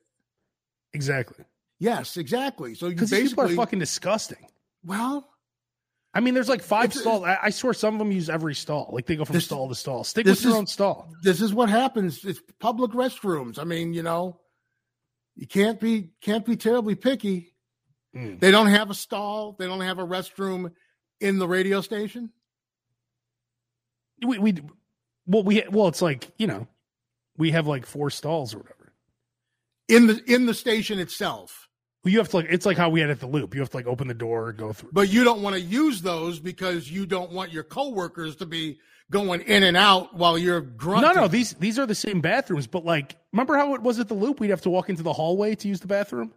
Speaker 1: Exactly,
Speaker 2: Yes, exactly. So you
Speaker 1: because these people are
Speaker 2: basically
Speaker 1: fucking disgusting.
Speaker 2: well.
Speaker 1: I mean, there's like five
Speaker 2: It's-
Speaker 1: stalls. I, I swear, some of them use every stall. Like they go from
Speaker 2: This-
Speaker 1: stall to stall. Stick
Speaker 2: this
Speaker 1: with your
Speaker 2: is-
Speaker 1: own stall.
Speaker 2: This is what happens. It's public restrooms. I mean, you know, you can't be can't be terribly picky.
Speaker 1: Mm.
Speaker 2: They don't have a stall. They don't have a restroom in the radio station.
Speaker 1: We, we, well, we, well, it's like you know, we have like four stalls or whatever.
Speaker 2: in the in the station itself
Speaker 1: You have to like. It's like how we had at the loop. You have to like open the door, go through.
Speaker 2: but you don't want to use those because you don't want your coworkers to be going in and out while you're grunting
Speaker 1: No, no, these these are the same bathrooms, but like, remember how it was at the loop? We'd have to walk into the hallway to use the bathroom.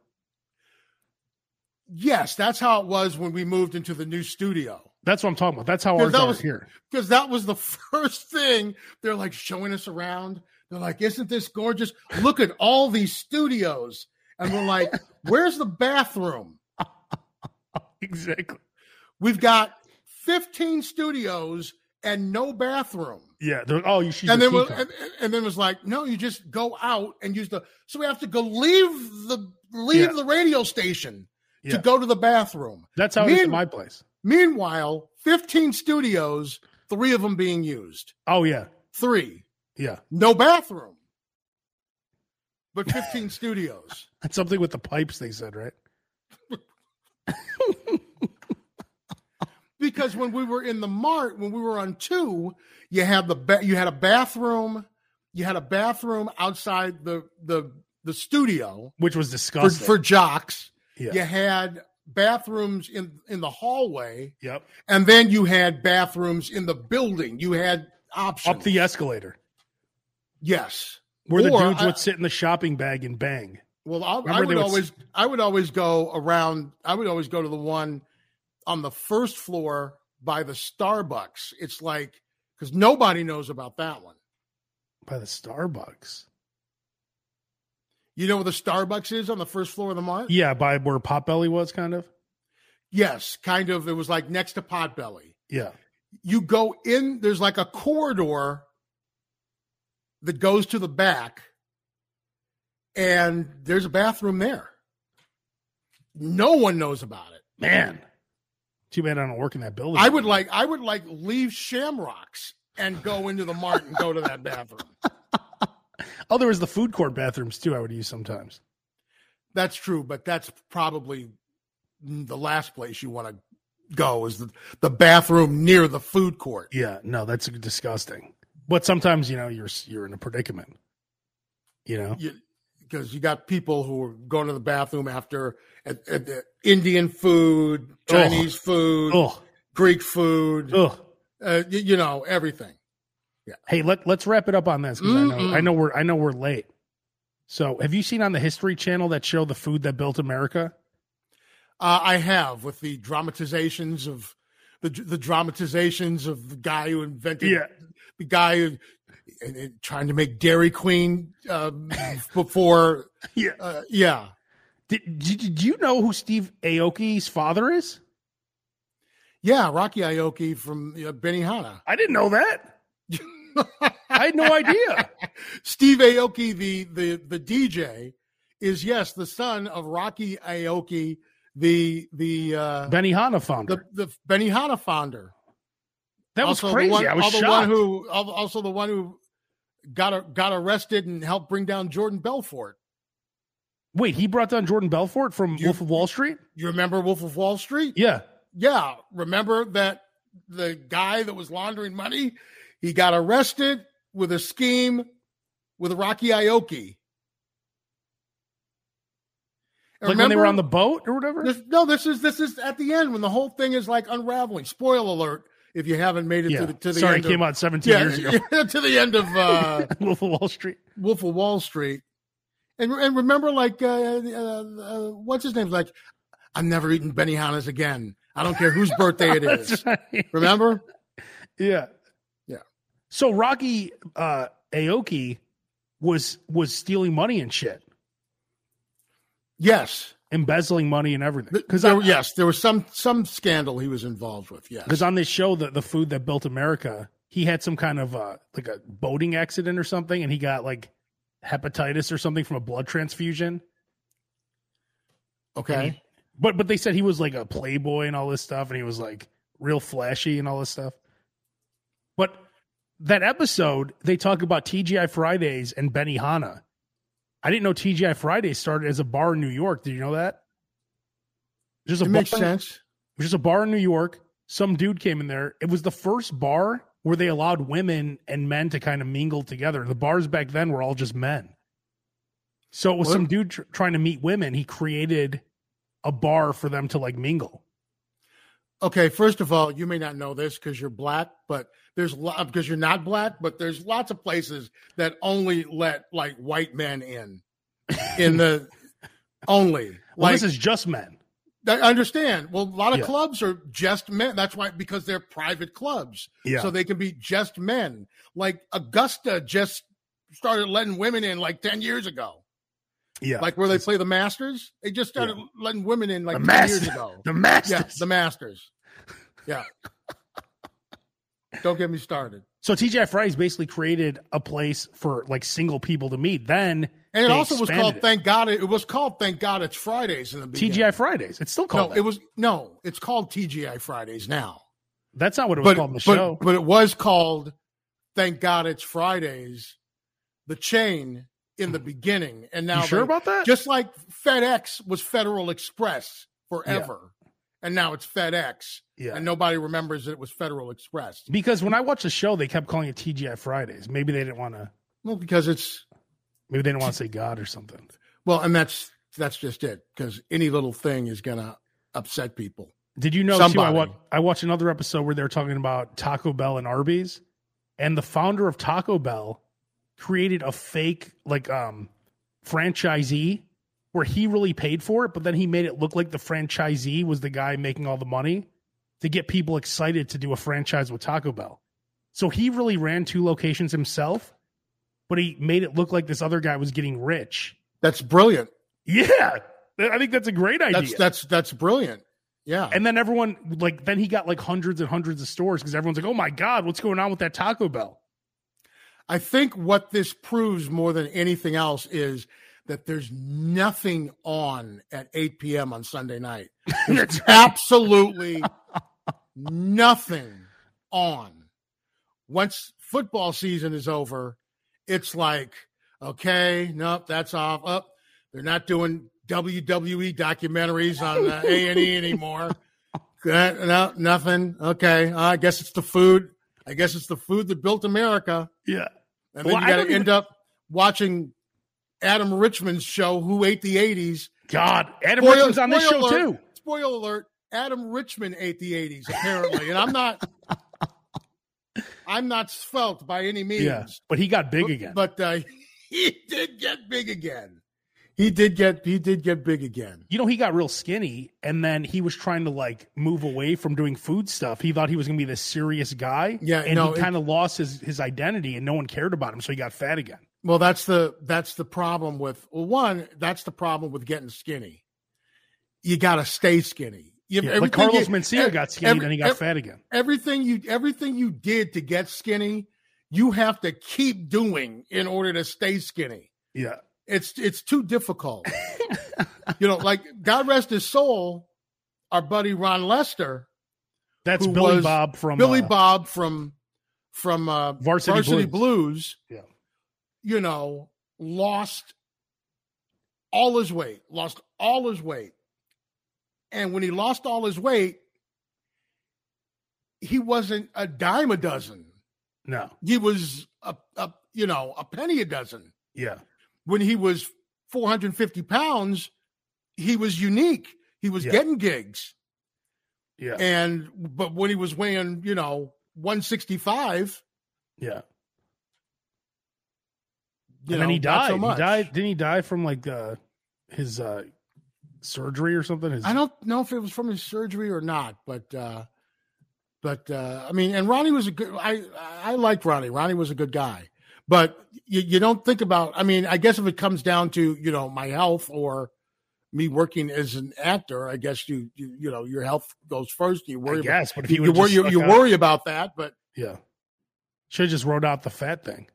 Speaker 2: yes that's how it was when we moved into the new studio
Speaker 1: That's what I'm talking about. That's how
Speaker 2: Yeah,
Speaker 1: ours
Speaker 2: that
Speaker 1: are
Speaker 2: was-
Speaker 1: here.
Speaker 2: because that was the first thing they're like showing us around they're like isn't this gorgeous look at all these studios and we're like where's the bathroom
Speaker 1: Exactly.
Speaker 2: we've got 15 studios and no bathroom
Speaker 1: Yeah. they're- Oh, you should.
Speaker 2: and then,
Speaker 1: use a
Speaker 2: was,
Speaker 1: key card.
Speaker 2: and, and then was like, no, you just go out and use the. So we have to go leave the leave
Speaker 1: Yeah.
Speaker 2: the radio station to
Speaker 1: Yeah.
Speaker 2: go to the bathroom.
Speaker 1: That's how it is
Speaker 2: mean-
Speaker 1: at my place.
Speaker 2: Meanwhile, fifteen studios, three of them being used,
Speaker 1: Oh yeah,
Speaker 2: three
Speaker 1: yeah.
Speaker 2: no bathroom, but fifteen studios.
Speaker 1: That's something with the pipes. They said right.
Speaker 2: Because when we were in the mart, when we were on two, you had the ba- you had a bathroom, you had a bathroom outside the the the studio
Speaker 1: Which was
Speaker 2: for,
Speaker 1: disgusting.
Speaker 2: for jocks.
Speaker 1: yeah.
Speaker 2: you had bathrooms in in the hallway,
Speaker 1: Yep.
Speaker 2: and then you had bathrooms in the building. You had options.
Speaker 1: Up the escalator
Speaker 2: yes.
Speaker 1: where the
Speaker 2: Or
Speaker 1: dudes
Speaker 2: I-
Speaker 1: would sit in the shopping bag and bang.
Speaker 2: Well, I, I
Speaker 1: Remember
Speaker 2: would
Speaker 1: they would s-
Speaker 2: always I would always go around. I would always go to the one on the first floor by the Starbucks. It's like because nobody knows about that one.
Speaker 1: By the Starbucks.
Speaker 2: You know where the Starbucks is on the first floor of the mart?
Speaker 1: Yeah, by where Potbelly was, kind of.
Speaker 2: Yes, kind of. It was like next to Potbelly.
Speaker 1: Yeah.
Speaker 2: You go in, there's like a corridor that goes to the back, and there's a bathroom there. No one knows about it.
Speaker 1: Man. Too bad I don't work in that building.
Speaker 2: I would like I would like leave Shamrocks and go into the mart and go to that bathroom.
Speaker 1: Oh, there was the food court bathrooms too. I would use sometimes.
Speaker 2: That's true, but that's probably the last place you want to go is the, the bathroom near the food court.
Speaker 1: Yeah, no, that's disgusting. But sometimes you know you're you're in a predicament. You know,
Speaker 2: because you got people who are going to the bathroom after at, at the Indian food, Chinese food,
Speaker 1: oh,
Speaker 2: Greek food,
Speaker 1: oh.
Speaker 2: uh, you, you know everything.
Speaker 1: Hey, let let's wrap it up on this because I know
Speaker 2: Mm-mm.
Speaker 1: I know we're I know we're late. So, have you seen on the History Channel that show the food that built America?
Speaker 2: Uh, I have with the dramatizations of the the dramatizations of the guy who invented the guy who, and, and trying to make Dairy Queen um, before.
Speaker 1: yeah.
Speaker 2: Uh, yeah,
Speaker 1: Did, did did you know who Steve Aoki's father is?
Speaker 2: yeah, Rocky Aoki from uh, Benihana.
Speaker 1: I didn't know that. I had no idea.
Speaker 2: Steve Aoki, the the the DJ, is yes the son of Rocky Aoki, the the uh,
Speaker 1: Benihana founder.
Speaker 2: the the Benihana founder.
Speaker 1: that was
Speaker 2: Also the
Speaker 1: crazy.
Speaker 2: one-
Speaker 1: I was
Speaker 2: also
Speaker 1: shocked.
Speaker 2: The one who al- also the one who got a, got arrested and helped bring down Jordan Belfort.
Speaker 1: Wait, he brought down Jordan Belfort from
Speaker 2: You-
Speaker 1: Wolf of Wall Street.
Speaker 2: You remember Wolf of Wall Street?
Speaker 1: Yeah.
Speaker 2: yeah, remember that the guy that was laundering money, he got arrested with a scheme with Rocky Aoki.
Speaker 1: Like when they were on the boat or whatever.
Speaker 2: this, no, this is this is at the end when the whole thing is like unraveling. Spoil alert! If you haven't made it
Speaker 1: yeah.
Speaker 2: to the to the
Speaker 1: Sorry,
Speaker 2: end
Speaker 1: it came
Speaker 2: of,
Speaker 1: out 17
Speaker 2: yeah,
Speaker 1: years ago.
Speaker 2: to the end of uh,
Speaker 1: Wolf of Wall Street.
Speaker 2: Wolf of Wall Street, and and remember like uh, uh, uh, what's his name? Like I'm never eating Benihana's again. I don't care whose birthday it is.
Speaker 1: That's right.
Speaker 2: Remember?
Speaker 1: Yeah.
Speaker 2: Yeah.
Speaker 1: So Rocky uh Aoki was was stealing money and shit,
Speaker 2: Yes.
Speaker 1: embezzling money and everything. Because
Speaker 2: Because there, yes, there was some some scandal he was involved with. Yes.
Speaker 1: because on this show, the the food that built America, he had some kind of uh like a boating accident or something, and he got like hepatitis or something from a blood transfusion. And
Speaker 2: okay.
Speaker 1: he- but but they said he was like a playboy and all this stuff, and he was like real flashy and all this stuff. But that episode, they talk about TGI Fridays and Benihana. I didn't know TGI Fridays started as a bar in New York. Did you know that? Just a
Speaker 2: It makes
Speaker 1: bar,
Speaker 2: sense.
Speaker 1: It was just a bar in New York. Some dude came in there. It was the first bar where they allowed women and men to kind of mingle together. The bars back then were all just men. So it was
Speaker 2: What?
Speaker 1: some dude tr- trying to meet women. He created a bar for them to like mingle.
Speaker 2: Okay, first of all, you may not know this because you're black, but there's lot because you're not black, but there's lots of places that only let like white men in. In the only
Speaker 1: Well,
Speaker 2: like
Speaker 1: this is just men.
Speaker 2: I understand. Well, a lot of
Speaker 1: Yeah.
Speaker 2: clubs are just men. That's why because they're private clubs.
Speaker 1: Yeah.
Speaker 2: so they can be just men. Like Augusta just started letting women in like 10 years ago.
Speaker 1: yeah.
Speaker 2: Like where they play the Masters, they just started letting women in like
Speaker 1: The
Speaker 2: 10 years
Speaker 1: Masters.
Speaker 2: ago.
Speaker 1: the
Speaker 2: yeah,
Speaker 1: masters.
Speaker 2: the Masters. Yeah. Don't get me started.
Speaker 1: so TGI Fridays basically created a place for like single people to meet. Then
Speaker 2: And it
Speaker 1: They
Speaker 2: also was
Speaker 1: expanded
Speaker 2: called
Speaker 1: it.
Speaker 2: Thank God it, it was called Thank God It's Fridays in the beginning.
Speaker 1: TGI Fridays. It's still called.
Speaker 2: No,
Speaker 1: that.
Speaker 2: it was no, it's called TGI Fridays now.
Speaker 1: That's not what it was
Speaker 2: But,
Speaker 1: called in the
Speaker 2: but,
Speaker 1: show.
Speaker 2: but it was called Thank God It's Fridays, the chain in the beginning. And now
Speaker 1: you sure
Speaker 2: they-
Speaker 1: about that?
Speaker 2: just like FedEx was Federal Express forever, and now it's FedEx,
Speaker 1: yeah.
Speaker 2: and nobody remembers that it was Federal Express.
Speaker 1: Because when I watched the show, they kept calling it TGI Fridays. Maybe they didn't want to.
Speaker 2: Well, because it's
Speaker 1: Maybe they didn't want to say God or something.
Speaker 2: well, and that's that's just it. Because any little thing is gonna upset people.
Speaker 1: Did you know? Too, I,
Speaker 2: Somebody.
Speaker 1: watch, I watched another episode where they were talking about Taco Bell and Arby's, and the founder of Taco Bell created a fake like um franchisee where he really paid for it, but then he made it look like the franchisee was the guy making all the money to get people excited to do a franchise with Taco Bell. So he really ran two locations himself, but he made it look like this other guy was getting rich.
Speaker 2: That's brilliant.
Speaker 1: Yeah, I think that's a great idea.
Speaker 2: That's that's that's brilliant. Yeah.
Speaker 1: And then everyone like then he got like hundreds and hundreds of stores because everyone's like, "Oh my god, what's going on with that Taco Bell?"
Speaker 2: I think what this proves more than anything else is that there's nothing on at 8 p.m. on Sunday night.
Speaker 1: That's
Speaker 2: Absolutely nothing on. Once football season is over, it's like, okay, nope, that's off. Up, they're not doing WWE documentaries on uh, A and E anymore. Uh, no, nothing. Okay, uh, I guess it's the food. I guess it's the food that built America.
Speaker 1: yeah.
Speaker 2: And then
Speaker 1: Well,
Speaker 2: you
Speaker 1: I
Speaker 2: got
Speaker 1: don't
Speaker 2: to end up watching Adam Richman's show, Who Ate the 80s.
Speaker 1: God, Adam
Speaker 2: Spoil-
Speaker 1: Richman's on this show
Speaker 2: spoiler
Speaker 1: too.
Speaker 2: alert. Spoiler alert, Adam Richman ate the 80s, apparently. and I'm not I'm not svelte by any means.
Speaker 1: Yeah, but he got big
Speaker 2: Bu-
Speaker 1: again.
Speaker 2: But uh, he did get big again. He did get he did get big again.
Speaker 1: you know, he got real skinny, and then he was trying to like move away from doing food stuff. He thought he was going to be this serious guy.
Speaker 2: Yeah,
Speaker 1: and
Speaker 2: no,
Speaker 1: he
Speaker 2: it-
Speaker 1: kind of lost his his identity, and no one cared about him, so he got fat again.
Speaker 2: Well, that's the that's the problem with well, one, that's the problem with getting skinny. You got to stay skinny. You,
Speaker 1: Yeah, like
Speaker 2: everything
Speaker 1: Carlos
Speaker 2: you-
Speaker 1: Mencia
Speaker 2: ev-
Speaker 1: got skinny,
Speaker 2: every-
Speaker 1: then he got
Speaker 2: ev-
Speaker 1: fat again.
Speaker 2: everything you everything you did to get skinny, you have to keep doing in order to stay skinny.
Speaker 1: Yeah,
Speaker 2: It's it's too difficult. you know, like God rest his soul, our buddy Ron Lester,
Speaker 1: that's
Speaker 2: Who
Speaker 1: Billy
Speaker 2: was
Speaker 1: Bob from
Speaker 2: Billy
Speaker 1: uh,
Speaker 2: Bob from from uh,
Speaker 1: Varsity,
Speaker 2: Varsity
Speaker 1: Blues.
Speaker 2: Blues.
Speaker 1: Yeah.
Speaker 2: You know, lost all his weight, lost all his weight. And when he lost all his weight, he wasn't a dime a dozen.
Speaker 1: No,
Speaker 2: He was a, a you know, a penny a dozen.
Speaker 1: yeah,
Speaker 2: When he was 450 pounds, he was unique. He was
Speaker 1: Yeah.
Speaker 2: getting gigs.
Speaker 1: yeah,
Speaker 2: And but when he was weighing, you know, 165,
Speaker 1: yeah. and
Speaker 2: you know,
Speaker 1: then he
Speaker 2: not
Speaker 1: died.
Speaker 2: so
Speaker 1: he
Speaker 2: much.
Speaker 1: died. Didn't he die from like uh, his uh, surgery or something? His,
Speaker 2: I don't know if it was from his surgery or not, but uh but uh I mean, and Ronnie was a good. I I liked Ronnie. Ronnie was a good guy, but you you don't think about. I mean, I guess if it comes down to you know my health or me working as an actor, I guess you you, you know your health goes first. You
Speaker 1: I
Speaker 2: worry about
Speaker 1: guess, but if he
Speaker 2: you, you,
Speaker 1: would
Speaker 2: worry, you, you worry about that, but
Speaker 1: yeah, should have just wrote out the fat thing.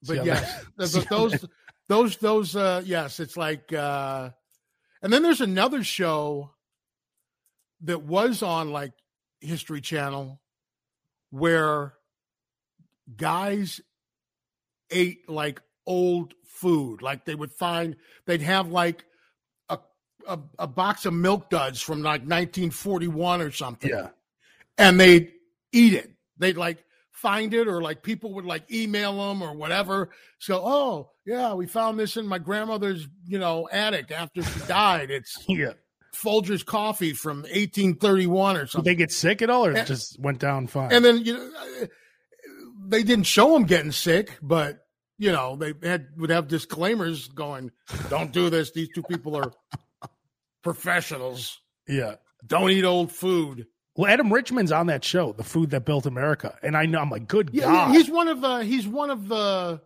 Speaker 1: See
Speaker 2: but
Speaker 1: how
Speaker 2: yes,
Speaker 1: that-
Speaker 2: th-
Speaker 1: see
Speaker 2: but
Speaker 1: how
Speaker 2: those those those uh yes, it's like uh and then there's another show that was on like History Channel where guys ate like old food. Like they would find they'd have like a a, a box of milk duds from like 1941 or something
Speaker 1: Yeah,
Speaker 2: and they'd eat it. They'd like find it, or like people would like email them or whatever. So, oh yeah, we found this in my grandmother's, you know, attic after she died. It's
Speaker 1: yeah.
Speaker 2: Folger's coffee from 1831 or
Speaker 1: Did
Speaker 2: something.
Speaker 1: they get sick at all, or it
Speaker 2: And-
Speaker 1: just went down fine?
Speaker 2: And then you know, uh, they didn't show them getting sick, but you know they had would have disclaimers going, "Don't do this. These two people are professionals.
Speaker 1: yeah.
Speaker 2: Don't eat old food."
Speaker 1: Well, Adam Richman's on that show, The Food That Built America, and I know I'm like, good
Speaker 2: Yeah,
Speaker 1: God,
Speaker 2: yeah, he's one of the he's one of the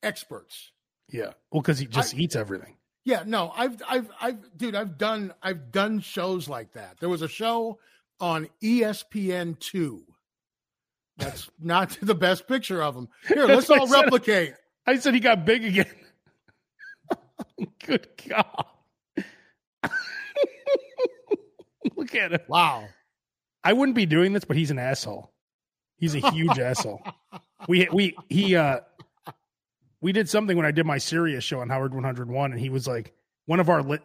Speaker 2: experts.
Speaker 1: yeah. Well, because he just eats everything.
Speaker 2: Yeah, no, I've I've I've dude, I've done I've done shows like that. There was a show on E ESPN two. That's not the best picture of him. Here,
Speaker 1: That's
Speaker 2: let's
Speaker 1: what
Speaker 2: all
Speaker 1: I said.
Speaker 2: replicate.
Speaker 1: I said he got big again. good God, look at him.
Speaker 2: Wow.
Speaker 1: I wouldn't be doing this, but he's an asshole. He's a huge asshole. We we he uh we did something when I did my serious show on Howard 101, and he was like one of our li-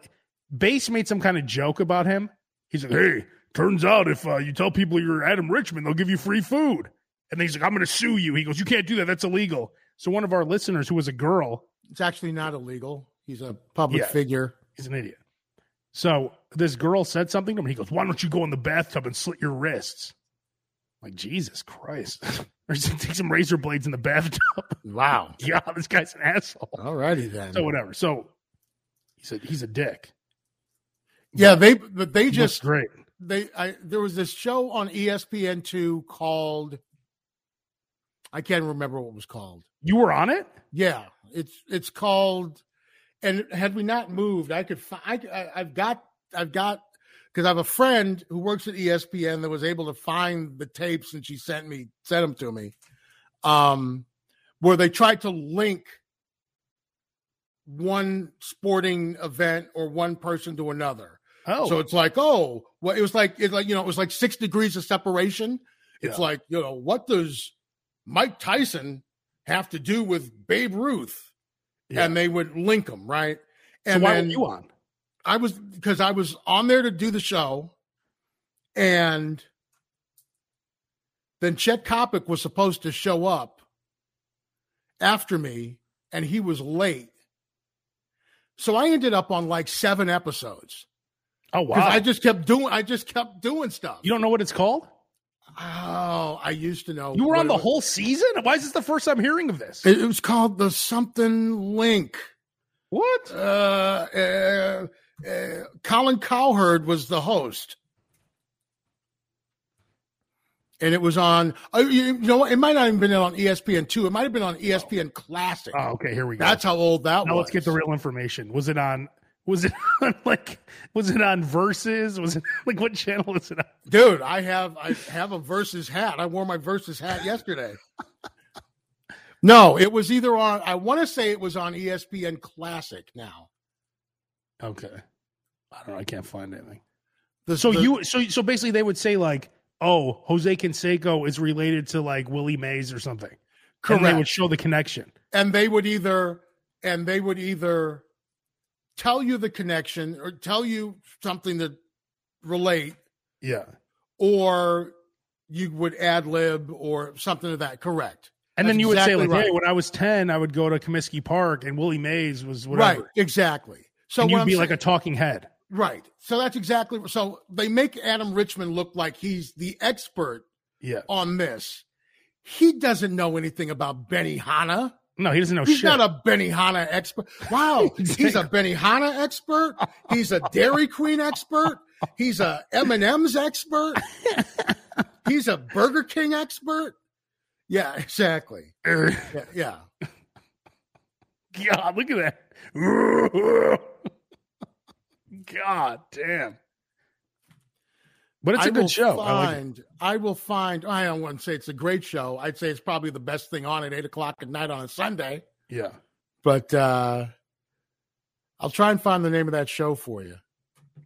Speaker 1: base made some kind of joke about him. He's like, hey, turns out if uh, you tell people you're Adam Richmond, they'll give you free food. And then he's like, I'm going to sue you. He goes, you can't do that. That's illegal. So one of our listeners, who was a girl,
Speaker 2: It's actually not illegal. He's a public
Speaker 1: Yeah.
Speaker 2: figure.
Speaker 1: he's an idiot. So this girl said something to him. He goes, "Why don't you go in the bathtub and slit your wrists?" I'm like Jesus Christ! or he said, take some razor blades in the bathtub.
Speaker 2: Wow.
Speaker 1: yeah, this guy's an asshole.
Speaker 2: All righty then.
Speaker 1: So whatever. So he said he's a dick.
Speaker 2: yeah, they but they
Speaker 1: He just
Speaker 2: just
Speaker 1: great.
Speaker 2: they I there was this show on E ESPN two called I can't remember what it was called.
Speaker 1: You were on it.
Speaker 2: Yeah, it's it's called. And had we not moved, I could. Fi- I, I I've got I've got because I have a friend who works at E ESPN that was able to find the tapes, and she sent me sent them to me, um, where they tried to link one sporting event or one person to another.
Speaker 1: Oh,
Speaker 2: So it's like, oh, well, it was like it's like you know, it was like six degrees of separation. It's
Speaker 1: Yeah.
Speaker 2: like you know, what does Mike Tyson have to do with Babe Ruth?
Speaker 1: Yeah.
Speaker 2: And they would link them right.
Speaker 1: So
Speaker 2: And
Speaker 1: why
Speaker 2: then
Speaker 1: were you on?
Speaker 2: I was because I was on there to do the show, and then Chet Kopic was supposed to show up after me, and he was late. So I ended up on like seven episodes.
Speaker 1: Oh
Speaker 2: Because
Speaker 1: wow!
Speaker 2: I just kept doing, I just kept doing stuff.
Speaker 1: you don't know what it's called?
Speaker 2: oh, I used to know.
Speaker 1: You were
Speaker 2: what
Speaker 1: on
Speaker 2: it
Speaker 1: the
Speaker 2: was.
Speaker 1: whole season. Why is this the first I'm hearing of this?
Speaker 2: It, it was called the something link.
Speaker 1: what?
Speaker 2: Uh, uh, uh, Colin Cowherd was the host, and it was on. Uh, you you know, what? it might not even been on E ESPN two. It might have been on E ESPN Classic.
Speaker 1: Oh, okay. Here we go.
Speaker 2: That's how old that
Speaker 1: now
Speaker 2: was.
Speaker 1: let's get the real information. Was it on? Was it on like? Was it on Versus? Was it like what channel was it on?
Speaker 2: dude. I have I have a versus hat. I wore my versus hat yesterday. no, it was either on. I want to say it was on E ESPN Classic. Now,
Speaker 1: Okay, I don't know. I can't find anything.
Speaker 2: The-
Speaker 1: So
Speaker 2: the-
Speaker 1: you so so basically they would say like, oh, Jose Canseco is related to like Willie Mays or something. And they
Speaker 2: correct,
Speaker 1: would show the connection.
Speaker 2: and they would either and they would either tell you the connection or tell you something that relate,
Speaker 1: Yeah,
Speaker 2: or you would ad lib or something of that. Correct.
Speaker 1: and then
Speaker 2: That's
Speaker 1: you would say
Speaker 2: exactly
Speaker 1: like, hey,
Speaker 2: right.
Speaker 1: when I was ten, I would go to Comiskey Park and Willie Mays was whatever.
Speaker 2: Right. Exactly. So
Speaker 1: and
Speaker 2: what
Speaker 1: you'd
Speaker 2: I'm
Speaker 1: be
Speaker 2: saying-
Speaker 1: like a talking head.
Speaker 2: Right. So that's exactly so they make Adam Richmond look like he's the expert
Speaker 1: Yeah.
Speaker 2: on this. He doesn't know anything about Benny Hanna.
Speaker 1: No, he doesn't know Oh,
Speaker 2: He's
Speaker 1: shit.
Speaker 2: not a Benny Hanna expert. Wow, he's a Benny Hanna expert. He's a Dairy Queen expert. He's a M&M's expert. He's a Burger King expert. Yeah, exactly.
Speaker 1: Er,
Speaker 2: Yeah, yeah.
Speaker 1: God, look at that. God damn. But it's a
Speaker 2: I will
Speaker 1: good show. I like it.
Speaker 2: Find, I will find. I don't want to say it's a great show. I'd say it's probably the best thing on at eight o'clock at night on a Sunday.
Speaker 1: Yeah.
Speaker 2: but uh I'll try and find the name of that show for you.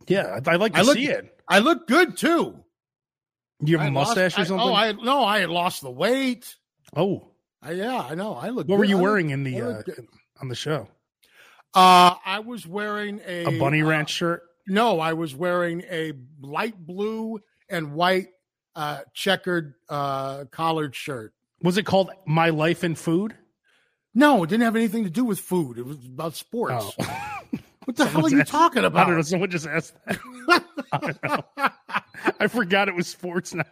Speaker 1: Yeah. I'd, I'd like to
Speaker 2: I look-
Speaker 1: see it.
Speaker 2: I look good too.
Speaker 1: You have
Speaker 2: I
Speaker 1: a
Speaker 2: lost-
Speaker 1: mustache or
Speaker 2: I-
Speaker 1: something?
Speaker 2: oh, I no, I had lost the weight.
Speaker 1: oh.
Speaker 2: I, yeah, I know. I look.
Speaker 1: What were
Speaker 2: good.
Speaker 1: you
Speaker 2: I look-
Speaker 1: wearing in the
Speaker 2: I
Speaker 1: uh,
Speaker 2: look good.
Speaker 1: on the show?
Speaker 2: Uh, I was wearing a,
Speaker 1: A bunny
Speaker 2: uh,
Speaker 1: ranch shirt?
Speaker 2: no, I was wearing a light blue and white uh checkered uh collared shirt.
Speaker 1: Was it called My Life in Food?
Speaker 2: No, it didn't have anything to do with food. It was about sports.
Speaker 1: Oh.
Speaker 2: What the hell are
Speaker 1: Someone's
Speaker 2: you
Speaker 1: asked-
Speaker 2: talking
Speaker 1: I don't know.
Speaker 2: about?
Speaker 1: Someone just asked that. I don't know. I forgot it was sports now.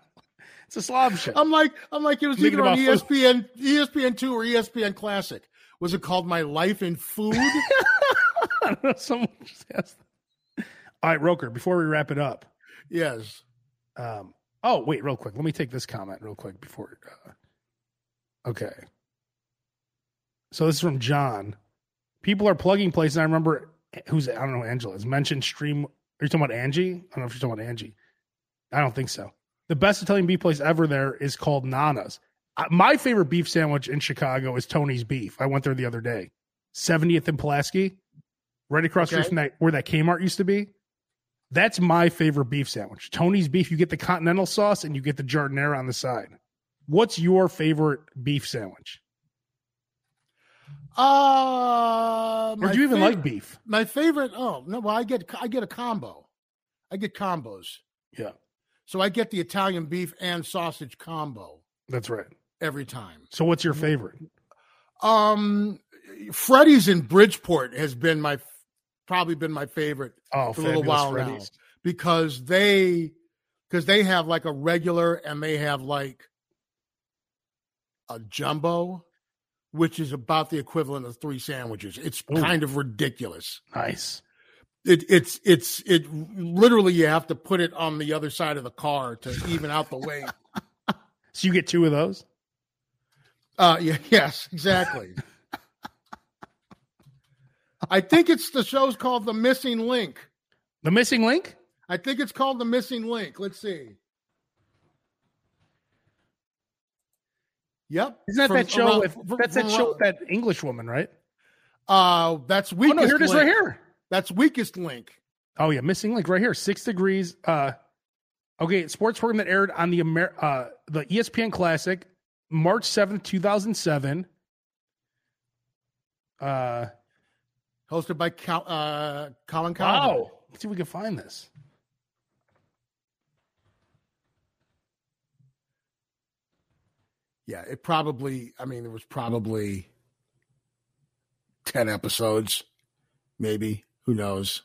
Speaker 1: It's a slob show.
Speaker 2: I'm like, I'm like, it was E
Speaker 1: Thinking
Speaker 2: either on
Speaker 1: about
Speaker 2: ESPN, ESPN two or E ESPN Classic. Was it called My Life in Food?
Speaker 1: I don't
Speaker 2: Oh.
Speaker 1: know. Someone just asked that. All right, Roker, before we wrap it up,
Speaker 2: yes.
Speaker 1: Um, oh, wait, real quick. Let me take this comment real quick before. Uh, okay. So this is from John. People are plugging places. I remember who's I don't know. who Angela has mentioned stream. Are you talking about Angie? I don't know if you're talking about Angie. I don't think so. The best Italian beef place ever there is called Nana's. Uh, my favorite beef sandwich in Chicago is Tony's Beef. I went there the other day. 70th and Pulaski, right across the
Speaker 2: Okay.
Speaker 1: street from that where that Kmart used to be. That's my favorite beef sandwich. Tony's beef, you get the continental sauce and you get the jardinera on the side. What's your favorite beef sandwich?
Speaker 2: Uh,
Speaker 1: Or
Speaker 2: my
Speaker 1: do you even
Speaker 2: favorite-
Speaker 1: like beef?
Speaker 2: my favorite? Oh no, well, I get, I get a combo. I get combos.
Speaker 1: Yeah.
Speaker 2: So I get the Italian beef and sausage combo
Speaker 1: That's right.
Speaker 2: every time.
Speaker 1: So what's your favorite?
Speaker 2: Um, Freddy's in Bridgeport has been my probably been my favorite
Speaker 1: Oh,
Speaker 2: for a little
Speaker 1: fabulous
Speaker 2: while now
Speaker 1: Freddy's.
Speaker 2: because they because they have like a regular and they have like a jumbo, which is about the equivalent of three sandwiches. It's
Speaker 1: Ooh.
Speaker 2: kind of ridiculous.
Speaker 1: Nice.
Speaker 2: It, it's it's it literally you have to put it on the other side of the car to even out the weight.
Speaker 1: So you get two of those?
Speaker 2: Uh, yeah, yes, exactly. I think it's the show's called The Missing Link.
Speaker 1: The missing link?
Speaker 2: I think it's called The Missing Link. Let's see. Yep.
Speaker 1: Isn't that
Speaker 2: From
Speaker 1: that show
Speaker 2: around-
Speaker 1: with
Speaker 2: from-
Speaker 1: that's that
Speaker 2: from
Speaker 1: show with
Speaker 2: around-
Speaker 1: that English woman, right?
Speaker 2: Uh, that's
Speaker 1: Oh
Speaker 2: weakest.
Speaker 1: no, here it is right
Speaker 2: link.
Speaker 1: here.
Speaker 2: That's weakest link.
Speaker 1: Oh yeah, missing link right here. Six degrees. Uh, okay, sports program that aired on the Amer- uh, the ESPN Classic, March seventh, two thousand seven. Uh,
Speaker 2: Hosted by Cal, uh, Colin Cowherd.
Speaker 1: wow. Let's see if we can find this.
Speaker 2: Yeah, it probably. I mean, there was probably ten episodes, maybe. Who knows?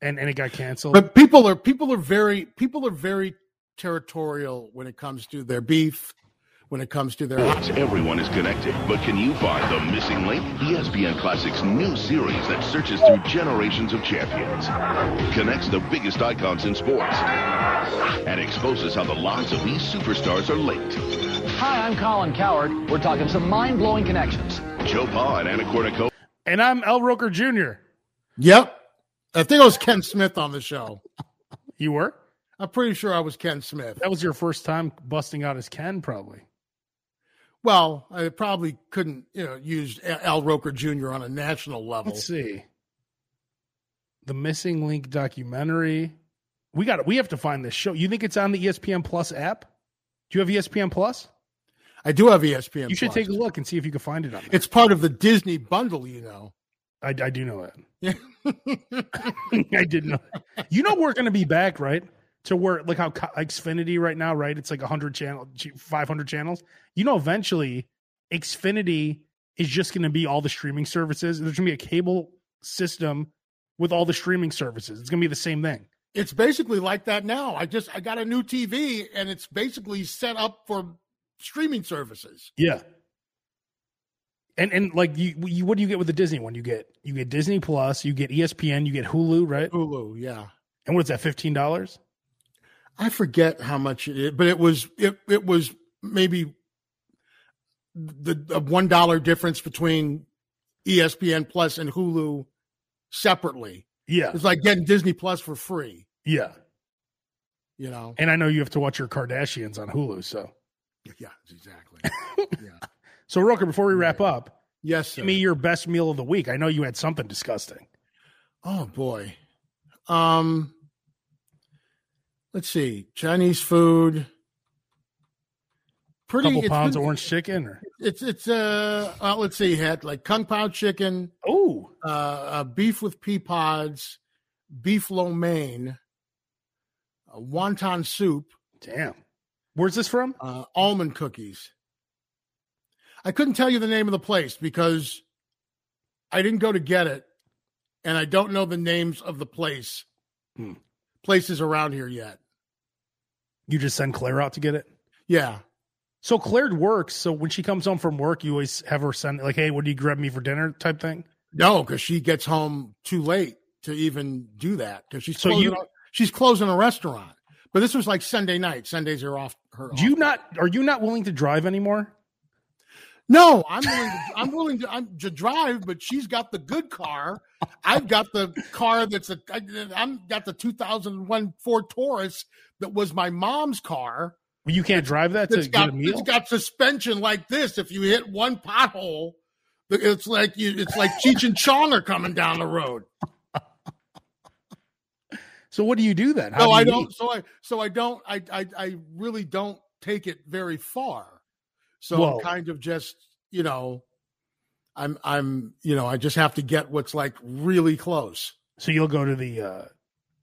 Speaker 1: And and it got canceled.
Speaker 2: but people are people are very people are very territorial when it comes to their beef when it comes to their
Speaker 4: Sports, everyone is connected, but can you find the missing link? E ESPN Classic's new series that searches through generations of champions, connects the biggest icons in sports, and exposes how the lives of these superstars are linked.
Speaker 5: Hi, I'm Colin Coward. We're talking some mind-blowing connections.
Speaker 4: Joe Pa and Anna Kournikova
Speaker 1: and I'm El Roker Jr.
Speaker 2: yep i think i was ken smith on the show
Speaker 1: You were?
Speaker 2: i'm pretty sure i was ken smith
Speaker 1: That was your first time busting out as Ken, probably.
Speaker 2: well i probably couldn't you know use al roker jr on a national level
Speaker 1: Let's see. The missing link documentary. We got. We have to find this show. You think it's on the E ESPN Plus app? Do you have E ESPN Plus?
Speaker 2: i do have E espn
Speaker 1: You should
Speaker 2: Plus.
Speaker 1: take a look and see if you can find it on there.
Speaker 2: it's part of the disney bundle you know
Speaker 1: I, I do know it.
Speaker 2: yeah
Speaker 1: I did know. it. You know we're going to be back, right? To where like how Co- Xfinity right now, right? It's like hundred channel, five hundred channels. You know, eventually Xfinity is just going to be all the streaming services. There's going to be a cable system with all the streaming services. It's going to be the same thing.
Speaker 2: it's basically like that now i just i got a new tv and it's basically set up for streaming services
Speaker 1: Yeah. And and like you, you what do you get with the Disney one? You get you get Disney Plus, you get E ESPN, you get Hulu, right?
Speaker 2: hulu yeah
Speaker 1: And what's that? Fifteen dollars?
Speaker 2: I forget how much it is, but it was it it was maybe the, the one dollar difference between E ESPN Plus and Hulu separately.
Speaker 1: Yeah,
Speaker 2: It's like getting Disney Plus for free,
Speaker 1: yeah.
Speaker 2: you know.
Speaker 1: And I know you have to watch your Kardashians on Hulu. So
Speaker 2: Yeah, exactly.
Speaker 1: so Roker, before we wrap
Speaker 2: Right.
Speaker 1: up,
Speaker 2: Yes, sir.
Speaker 1: give me your best meal of the week. I know you had something disgusting.
Speaker 2: Oh boy. Um let's see. Chinese food.
Speaker 1: A
Speaker 2: Pretty
Speaker 1: couple
Speaker 2: it's
Speaker 1: pounds
Speaker 2: been-
Speaker 1: of orange chicken, or
Speaker 2: It's it's uh, uh let's see, had like kung pao chicken,
Speaker 1: oh,
Speaker 2: uh, uh, beef with pea pods, beef lo mein, uh, wonton soup,
Speaker 1: damn. Where's this from?
Speaker 2: uh, almond cookies. I couldn't tell you the name of the place because I didn't go to get it, and I don't know the names of the place
Speaker 1: Hmm.
Speaker 2: places around here yet.
Speaker 1: You just send Claire out to get it.
Speaker 2: Yeah,
Speaker 1: So Claire works. So when she comes home from work, you always have her send like, "Hey, what do you grab me for dinner?" type thing.
Speaker 2: no, because she gets home too late to even do that because she's
Speaker 1: So
Speaker 2: closing
Speaker 1: you-
Speaker 2: a- she's closing a restaurant. But this was like Sunday night. Sundays are off. Her
Speaker 1: Do you not? Are you not willing to drive anymore?
Speaker 2: No, I'm willing. To, I'm willing to, I'm, to drive, but she's got the good car. I've got the car that's a. I, I'm got the 2001 Ford Taurus that was my mom's car.
Speaker 1: You can't drive that to
Speaker 2: It's
Speaker 1: get a
Speaker 2: got
Speaker 1: meal.
Speaker 2: it's got suspension like this. If you hit one pothole, it's like you. It's like Cheech and Chong are coming down the road.
Speaker 1: so what do you do then? How
Speaker 2: No,
Speaker 1: do
Speaker 2: I
Speaker 1: you
Speaker 2: don't.
Speaker 1: eat?
Speaker 2: So I. So I don't. I. I. I really don't take it very far. So
Speaker 1: Well-
Speaker 2: I'm kind of just you know, I'm I'm you know I just have to get what's like really close.
Speaker 1: So you'll go to the uh,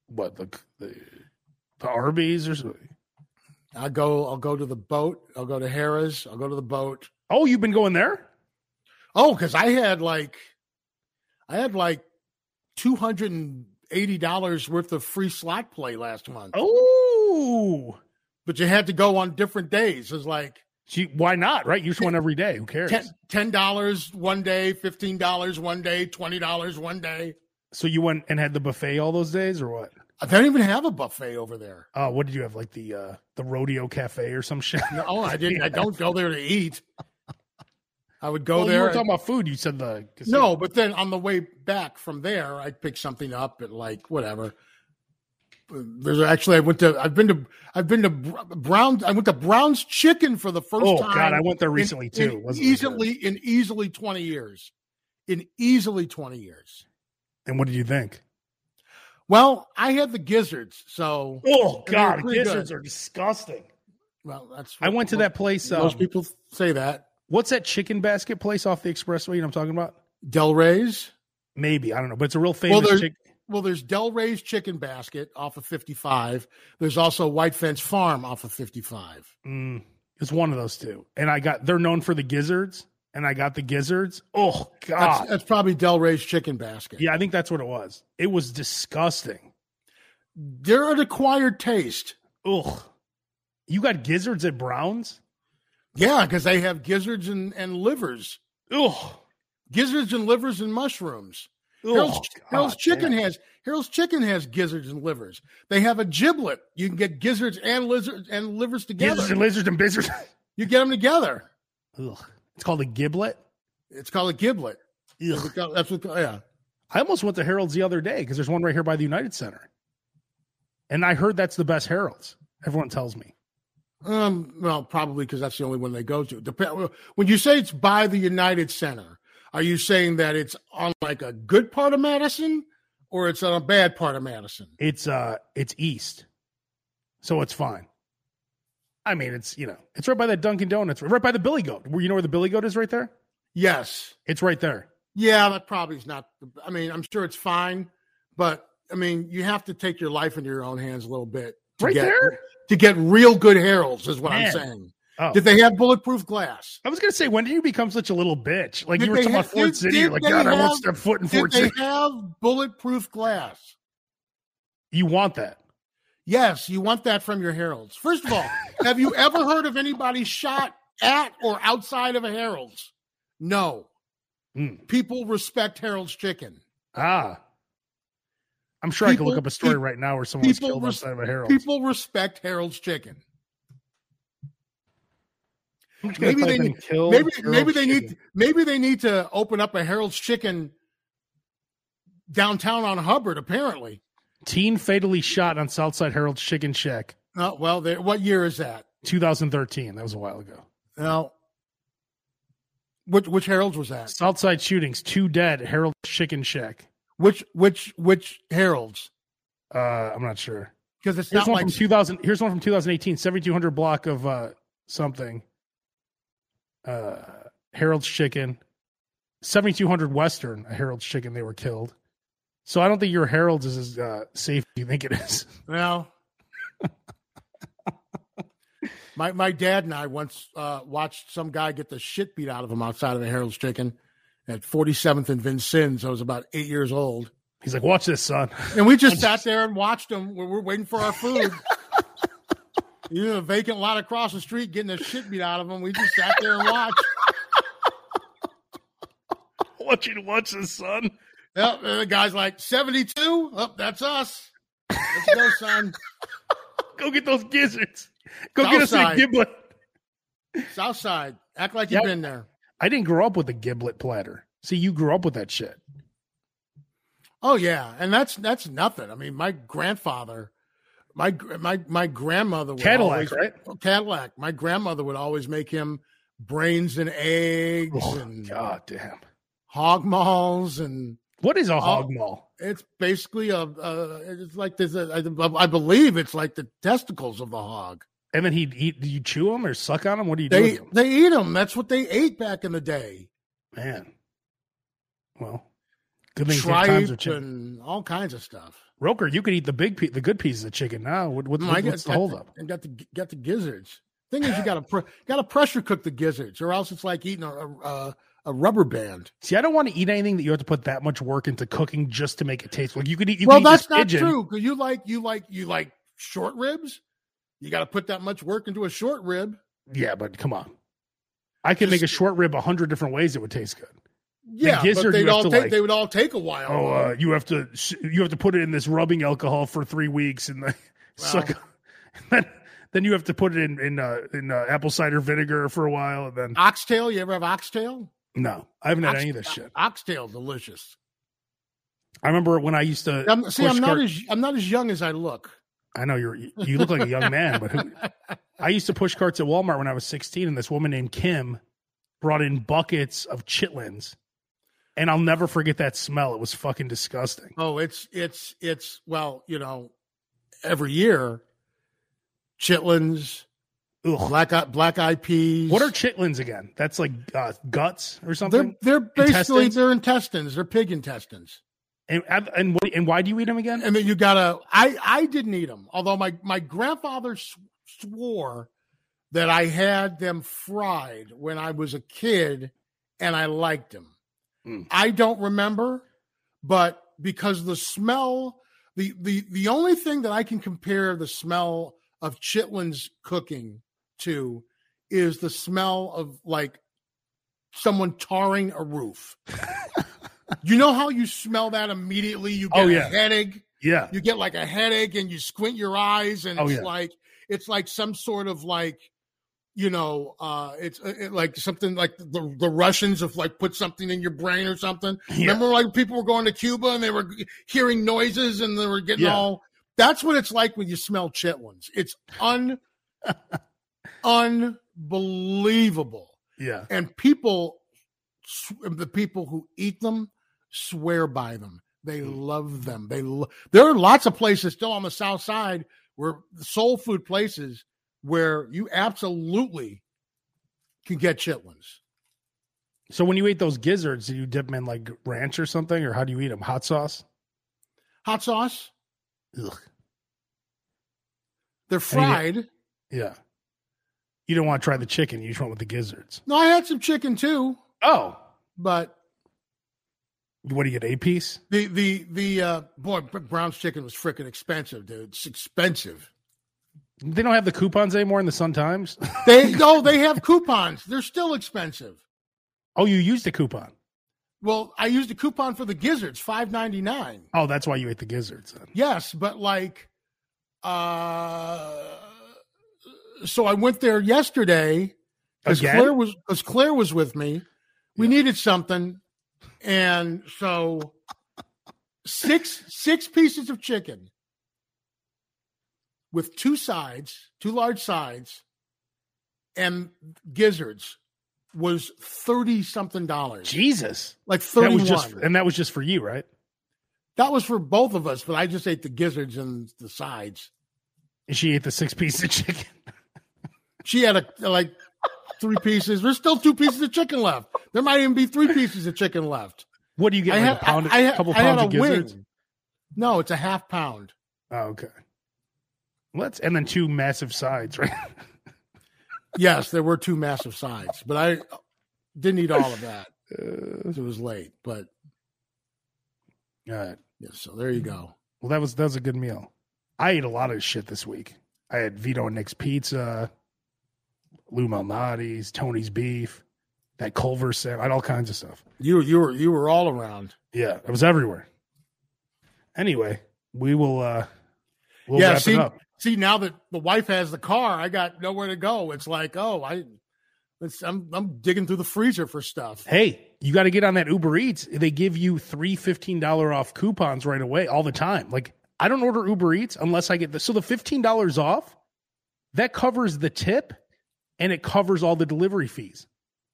Speaker 1: what the the, the Arby's or something.
Speaker 2: I go. I'll go to the boat. I'll go to Harrah's. I'll go to the boat.
Speaker 1: Oh, you've been going there?
Speaker 2: Oh, because I had like, I had like two hundred and eighty dollars worth of free slot play last month.
Speaker 1: Oh,
Speaker 2: But you had to go on different days. It's like
Speaker 1: gee, why not? Right? You just win every day. Who cares?
Speaker 2: ten dollars one day, fifteen dollars one day, twenty dollars one day.
Speaker 1: So you went and had the buffet all those days, or what?
Speaker 2: I don't even have a buffet over there.
Speaker 1: Oh, what did you have? Like the uh the rodeo cafe or some shit?
Speaker 2: No, Oh, I didn't. I don't go there to eat. I would go
Speaker 1: Well, Oh, You
Speaker 2: there.
Speaker 1: were talking about food. You said the
Speaker 2: no, but then on the way back from there, I'd pick something up and like whatever. There's actually I went to I've been to I've been to Br- Brown's I went to Brown's Chicken for the first
Speaker 1: Oh
Speaker 2: time.
Speaker 1: God, I went there
Speaker 2: in-
Speaker 1: recently
Speaker 2: in
Speaker 1: too. It wasn't very good.
Speaker 2: easily in easily twenty years, in easily twenty years.
Speaker 1: And what did you think?
Speaker 2: Well, I had the gizzards, so
Speaker 1: Oh
Speaker 2: They were
Speaker 1: God,
Speaker 2: pretty
Speaker 1: gizzards
Speaker 2: good.
Speaker 1: are disgusting.
Speaker 2: well that's.
Speaker 1: I went to that place. Um,
Speaker 2: Most people say that
Speaker 1: what's that chicken basket place off the expressway? You know what I'm talking about?
Speaker 2: Del Rey's.
Speaker 1: Maybe I don't know, but it's a real
Speaker 2: Well,
Speaker 1: famous.
Speaker 2: there's,
Speaker 1: chick-
Speaker 2: well, there's Del Rey's Chicken Basket off of 55. There's also White Fence Farm off of 55.
Speaker 1: Mm, it's one of those two. And I got they're known for the gizzards, and I got the gizzards. Oh
Speaker 2: That's, uh,
Speaker 1: God,
Speaker 2: that's probably Del Rey's Chicken Basket.
Speaker 1: yeah, I think that's what it was. It was disgusting.
Speaker 2: They're an acquired taste.
Speaker 1: Ugh, you got gizzards at Browns.
Speaker 2: Yeah, because they have gizzards and, and livers,
Speaker 1: Ugh,
Speaker 2: gizzards and livers and mushrooms. Harold's,
Speaker 1: Ugh, Oh,
Speaker 2: Harold's
Speaker 1: God
Speaker 2: Chicken
Speaker 1: damn.
Speaker 2: has Harold's Chicken has gizzards and livers. They have a giblet. You can get gizzards and lizards and livers together.
Speaker 1: gizzards and lizards and bizzards.
Speaker 2: you get them together.
Speaker 1: Ugh, it's called a giblet.
Speaker 2: It's called a giblet.
Speaker 1: Ugh.
Speaker 2: That's what. Yeah.
Speaker 1: I almost went to Harold's the other day because there's one right here by the United Center. And I heard that's the best Harold's. Everyone tells me.
Speaker 2: Um, well, probably because that's the only one they go to. Dep- when you say it's by the United Center, are you saying that it's on like a good part of Madison, or it's on a bad part of Madison?
Speaker 1: It's uh it's east. So it's fine. I mean, it's you know, it's right by that Dunkin' Donuts, right by the Billy Goat. Where you know where the Billy Goat is right there?
Speaker 2: Yes.
Speaker 1: It's right there.
Speaker 2: Yeah, that probably is not. I mean, I'm sure it's fine, but I mean, you have to take your life into your own hands a little bit. To
Speaker 1: Right
Speaker 2: get,
Speaker 1: there?
Speaker 2: To get real good heralds is what
Speaker 1: Man.
Speaker 2: I'm saying.
Speaker 1: Oh.
Speaker 2: Did they have bulletproof glass?
Speaker 1: I was gonna say, when did you become such a little bitch? Like
Speaker 2: Did
Speaker 1: you were
Speaker 2: they
Speaker 1: talking
Speaker 2: have-
Speaker 1: about Fort
Speaker 2: did-
Speaker 1: City, you're
Speaker 2: did
Speaker 1: like,
Speaker 2: they
Speaker 1: God, I
Speaker 2: have-
Speaker 1: won't step foot in
Speaker 2: Did
Speaker 1: Fort
Speaker 2: they
Speaker 1: City.
Speaker 2: have bulletproof glass?
Speaker 1: You want that.
Speaker 2: Yes, you want that from your heralds. First of all, have you ever heard of anybody shot at or outside of a herald's? No.
Speaker 1: Hmm.
Speaker 2: People respect Harold's chicken.
Speaker 1: Ah. I'm sure I
Speaker 2: People-
Speaker 1: could look up a story
Speaker 2: pe-
Speaker 1: right now where someone was
Speaker 2: people
Speaker 1: killed
Speaker 2: res-
Speaker 1: outside of a Harold's.
Speaker 2: People respect Harold's chicken.
Speaker 1: I'm just gonna
Speaker 2: Maybe they
Speaker 1: type in
Speaker 2: need,
Speaker 1: killed
Speaker 2: maybe maybe
Speaker 1: Harold's
Speaker 2: they
Speaker 1: chicken.
Speaker 2: need maybe they need to open up a Harold's chicken downtown on Hubbard. Apparently,
Speaker 1: Teen fatally shot on Southside Harold's Chicken Shack,
Speaker 2: uh, well, they, what year is that?
Speaker 1: 2013. That was a while ago.
Speaker 2: Now, which which Harold's was that?
Speaker 1: Southside shootings, two dead. Harold's Chicken Shack.
Speaker 2: Which which which Harold's?
Speaker 1: Uh, I'm not sure.
Speaker 2: Because it's
Speaker 1: Here's
Speaker 2: not
Speaker 1: one
Speaker 2: like
Speaker 1: from 2000. Here's one from 2018. 7200 block of uh, something. Uh, Harold's Chicken, 7200 Western. A Harold's Chicken. They were killed. So I don't think your Harold's is as uh, safe as you think it is.
Speaker 2: Well, my my dad and I once uh, watched some guy get the shit beat out of him outside of the Harold's Chicken at 47th and Vincennes. I was about eight years old,
Speaker 1: He's like, watch this, son.
Speaker 2: and we just sat there and watched him. We were waiting for our food. You know, a vacant lot across the street getting the shit beat out of him. We just sat there and watched.
Speaker 1: I want you to watch this, son.
Speaker 2: Yep, and the guy's like, 72? Oh, that's us. Let's go, son.
Speaker 1: Go get those gizzards. Go get us a
Speaker 2: Southside.
Speaker 1: giblet.
Speaker 2: Southside. Act like you've
Speaker 1: Yep.
Speaker 2: been there.
Speaker 1: I didn't grow up with a giblet platter. See, you grew up with that shit.
Speaker 2: Oh yeah, and that's that's nothing. I mean, my grandfather, my gr- my my grandmother would
Speaker 1: Cadillac,
Speaker 2: always, Oh,
Speaker 1: right?
Speaker 2: Cadillac. My grandmother would always make him brains and eggs and
Speaker 1: Oh, God damn.
Speaker 2: hog maws, and
Speaker 1: What is a
Speaker 2: Uh,
Speaker 1: hog maul?
Speaker 2: it's basically a, a it's like this. I, I believe it's like the testicles of the hog.
Speaker 1: And then he'd eat, do you chew them or suck on them? What do you do?
Speaker 2: They
Speaker 1: with 'em?
Speaker 2: they eat them. That's what they ate back in the day.
Speaker 1: Man. Well, good thing times are
Speaker 2: Tripe
Speaker 1: chicken.
Speaker 2: and all kinds of stuff.
Speaker 1: Roker, you could eat the big, pe- the good pieces of chicken now. What, what,
Speaker 2: Mm,
Speaker 1: what's the holdup?
Speaker 2: And got the got the gizzards. Thing is, you got to pr- got to pressure cook the gizzards, or else it's like eating a a, a, a rubber band.
Speaker 1: See, I don't want to eat anything that you have to put that much work into cooking just to make it taste. Like you could eat. You
Speaker 2: well,
Speaker 1: could eat
Speaker 2: that's
Speaker 1: this
Speaker 2: not
Speaker 1: pigeon.
Speaker 2: true because you like you like you like short ribs. You got to put that much work into a short rib.
Speaker 1: Yeah, but come on. I could make a
Speaker 2: Just-
Speaker 1: short rib a hundred different ways. It would taste good.
Speaker 2: Yeah, but
Speaker 1: gizzard you
Speaker 2: they'd
Speaker 1: have
Speaker 2: all
Speaker 1: to,
Speaker 2: take
Speaker 1: like-
Speaker 2: they would all take a while.
Speaker 1: Oh, uh, you have to you have to put it in this rubbing alcohol for three weeks and then suck. Then, then you have to put it in in uh, in uh, apple cider vinegar for a while, and then
Speaker 2: oxtail. You ever have oxtail?
Speaker 1: no, I haven't had
Speaker 2: Ox-
Speaker 1: any of this shit.
Speaker 2: Oxtail, delicious.
Speaker 1: I remember when I used to
Speaker 2: I'm, see,
Speaker 1: push
Speaker 2: I'm not
Speaker 1: cart-
Speaker 2: as I'm not as young as I look.
Speaker 1: I know you're you look like a young man, but who, I used to push carts at Walmart when I was 16, and this woman named Kim brought in buckets of chitlins, and I'll never forget that smell. It was fucking disgusting.
Speaker 2: Oh, it's it's it's well, you know, every year, chitlins,
Speaker 1: Ugh.
Speaker 2: black eye, black eyed peas.
Speaker 1: What are chitlins again? That's like uh, guts or
Speaker 2: they're
Speaker 1: something.
Speaker 2: they're basically
Speaker 1: Intestines?
Speaker 2: their intestines. They're pig intestines.
Speaker 1: And and and, what, and why do you eat them again?
Speaker 2: And then you gotta. I I didn't eat them. Although my my grandfather sw- swore that I had them fried when I was a kid, and I liked them.
Speaker 1: Mm.
Speaker 2: I don't remember, but because the smell, the the the only thing that I can compare the smell of Chitlin's cooking to is the smell of like someone tarring a roof. you know how you smell that immediately? You get
Speaker 1: Oh, yeah.
Speaker 2: a headache.
Speaker 1: Yeah,
Speaker 2: You get like a headache and you squint your eyes and
Speaker 1: Oh,
Speaker 2: it's
Speaker 1: yeah.
Speaker 2: like it's like some sort of like you know, uh, it's uh, it, like something like the, the Russians have like put something in your brain or something.
Speaker 1: yeah.
Speaker 2: Remember, like people were going to Cuba and they were hearing noises and they were getting
Speaker 1: Yeah.
Speaker 2: all. That's what it's like when you smell chitlins. It's un unbelievable,
Speaker 1: yeah.
Speaker 2: and people, sw- the people who eat them, swear by them. They love them. They lo- there are lots of places still on the south side where soul food places where you absolutely can get chitlins.
Speaker 1: So when you ate those gizzards, did you dip them in like ranch or something, or how do you eat them? Hot sauce?
Speaker 2: Hot sauce.
Speaker 1: Ugh.
Speaker 2: They're
Speaker 1: And
Speaker 2: fried.
Speaker 1: Yeah. You don't want to try the chicken. You just went with the gizzards.
Speaker 2: No, I had some chicken too,
Speaker 1: Oh,
Speaker 2: but
Speaker 1: what do you get? A piece?
Speaker 2: the the the uh, boy Br- Brown's chicken was freaking expensive, dude. It's expensive.
Speaker 1: They don't have the coupons anymore in the Sun Times.
Speaker 2: They no, they have coupons. They're still expensive.
Speaker 1: oh, you used a coupon.
Speaker 2: Well, I used a coupon for the gizzards, five ninety nine.
Speaker 1: Oh, that's why you ate the gizzards. Then.
Speaker 2: Yes, but like, uh, so I went there yesterday because
Speaker 1: Again?
Speaker 2: Claire was because Claire was with me. We needed something, and so six six pieces of chicken with two sides, two large sides, and gizzards was thirty something dollars,
Speaker 1: Jesus,
Speaker 2: like
Speaker 1: that
Speaker 2: thirty
Speaker 1: was
Speaker 2: one.
Speaker 1: just, and that was just for you, right?
Speaker 2: That was for both of us, but I just ate the gizzards and the sides.
Speaker 1: And she ate the six piece of chicken.
Speaker 2: She had a like three pieces. There's still two pieces of chicken left. There might even be three pieces of chicken left.
Speaker 1: What do you get?
Speaker 2: I
Speaker 1: like
Speaker 2: had
Speaker 1: a pound,
Speaker 2: I, I had,
Speaker 1: couple
Speaker 2: I had
Speaker 1: pounds
Speaker 2: a
Speaker 1: of gizzards.
Speaker 2: wing. No, it's a half pound.
Speaker 1: Oh, okay. Let's and then two massive sides, right?
Speaker 2: Yes, there were two massive sides, but I didn't eat all of that. 'cause
Speaker 1: Uh,
Speaker 2: It was late, but
Speaker 1: all right.
Speaker 2: yeah, so there you go.
Speaker 1: Well, that was that was a good meal. I ate a lot of shit this week. I had Vito and Nick's pizza, Lou Malnati's, Tony's beef, that Culver Sam. I had all kinds of stuff.
Speaker 2: You you were you were all around.
Speaker 1: Yeah, it was everywhere. Anyway, we will. uh We'll
Speaker 2: Yeah,
Speaker 1: wrap
Speaker 2: see-
Speaker 1: it up.
Speaker 2: See, now that the wife has the car, I got nowhere to go. It's like, oh, I it's, I'm I'm digging through the freezer for stuff.
Speaker 1: Hey, you got to get on that Uber Eats. They give you three $15 off coupons right away all the time. Like, I don't order Uber Eats unless I get the. So the $15 off, that covers the tip and it covers all the delivery fees.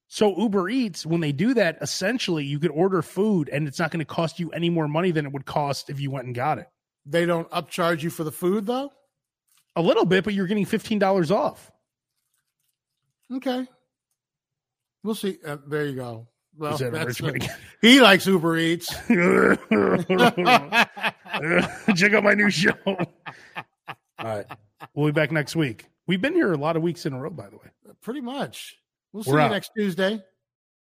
Speaker 1: So Uber Eats, when they do that, essentially you could order food and it's not going to cost you any more money than it would cost if you went and got it.
Speaker 2: They don't upcharge you for the food though.
Speaker 1: A little bit, but you're getting $15 off.
Speaker 2: Okay. We'll see. Uh, there you go. Well,
Speaker 1: Is that
Speaker 2: that's
Speaker 1: enrichment
Speaker 2: he likes Uber Eats.
Speaker 1: again?
Speaker 2: All
Speaker 1: Check out my new show. All right. We'll be back next week. We've been here a lot of weeks in a row, by the way.
Speaker 2: Pretty much. We'll see
Speaker 1: We're
Speaker 2: you
Speaker 1: out.
Speaker 2: next Tuesday.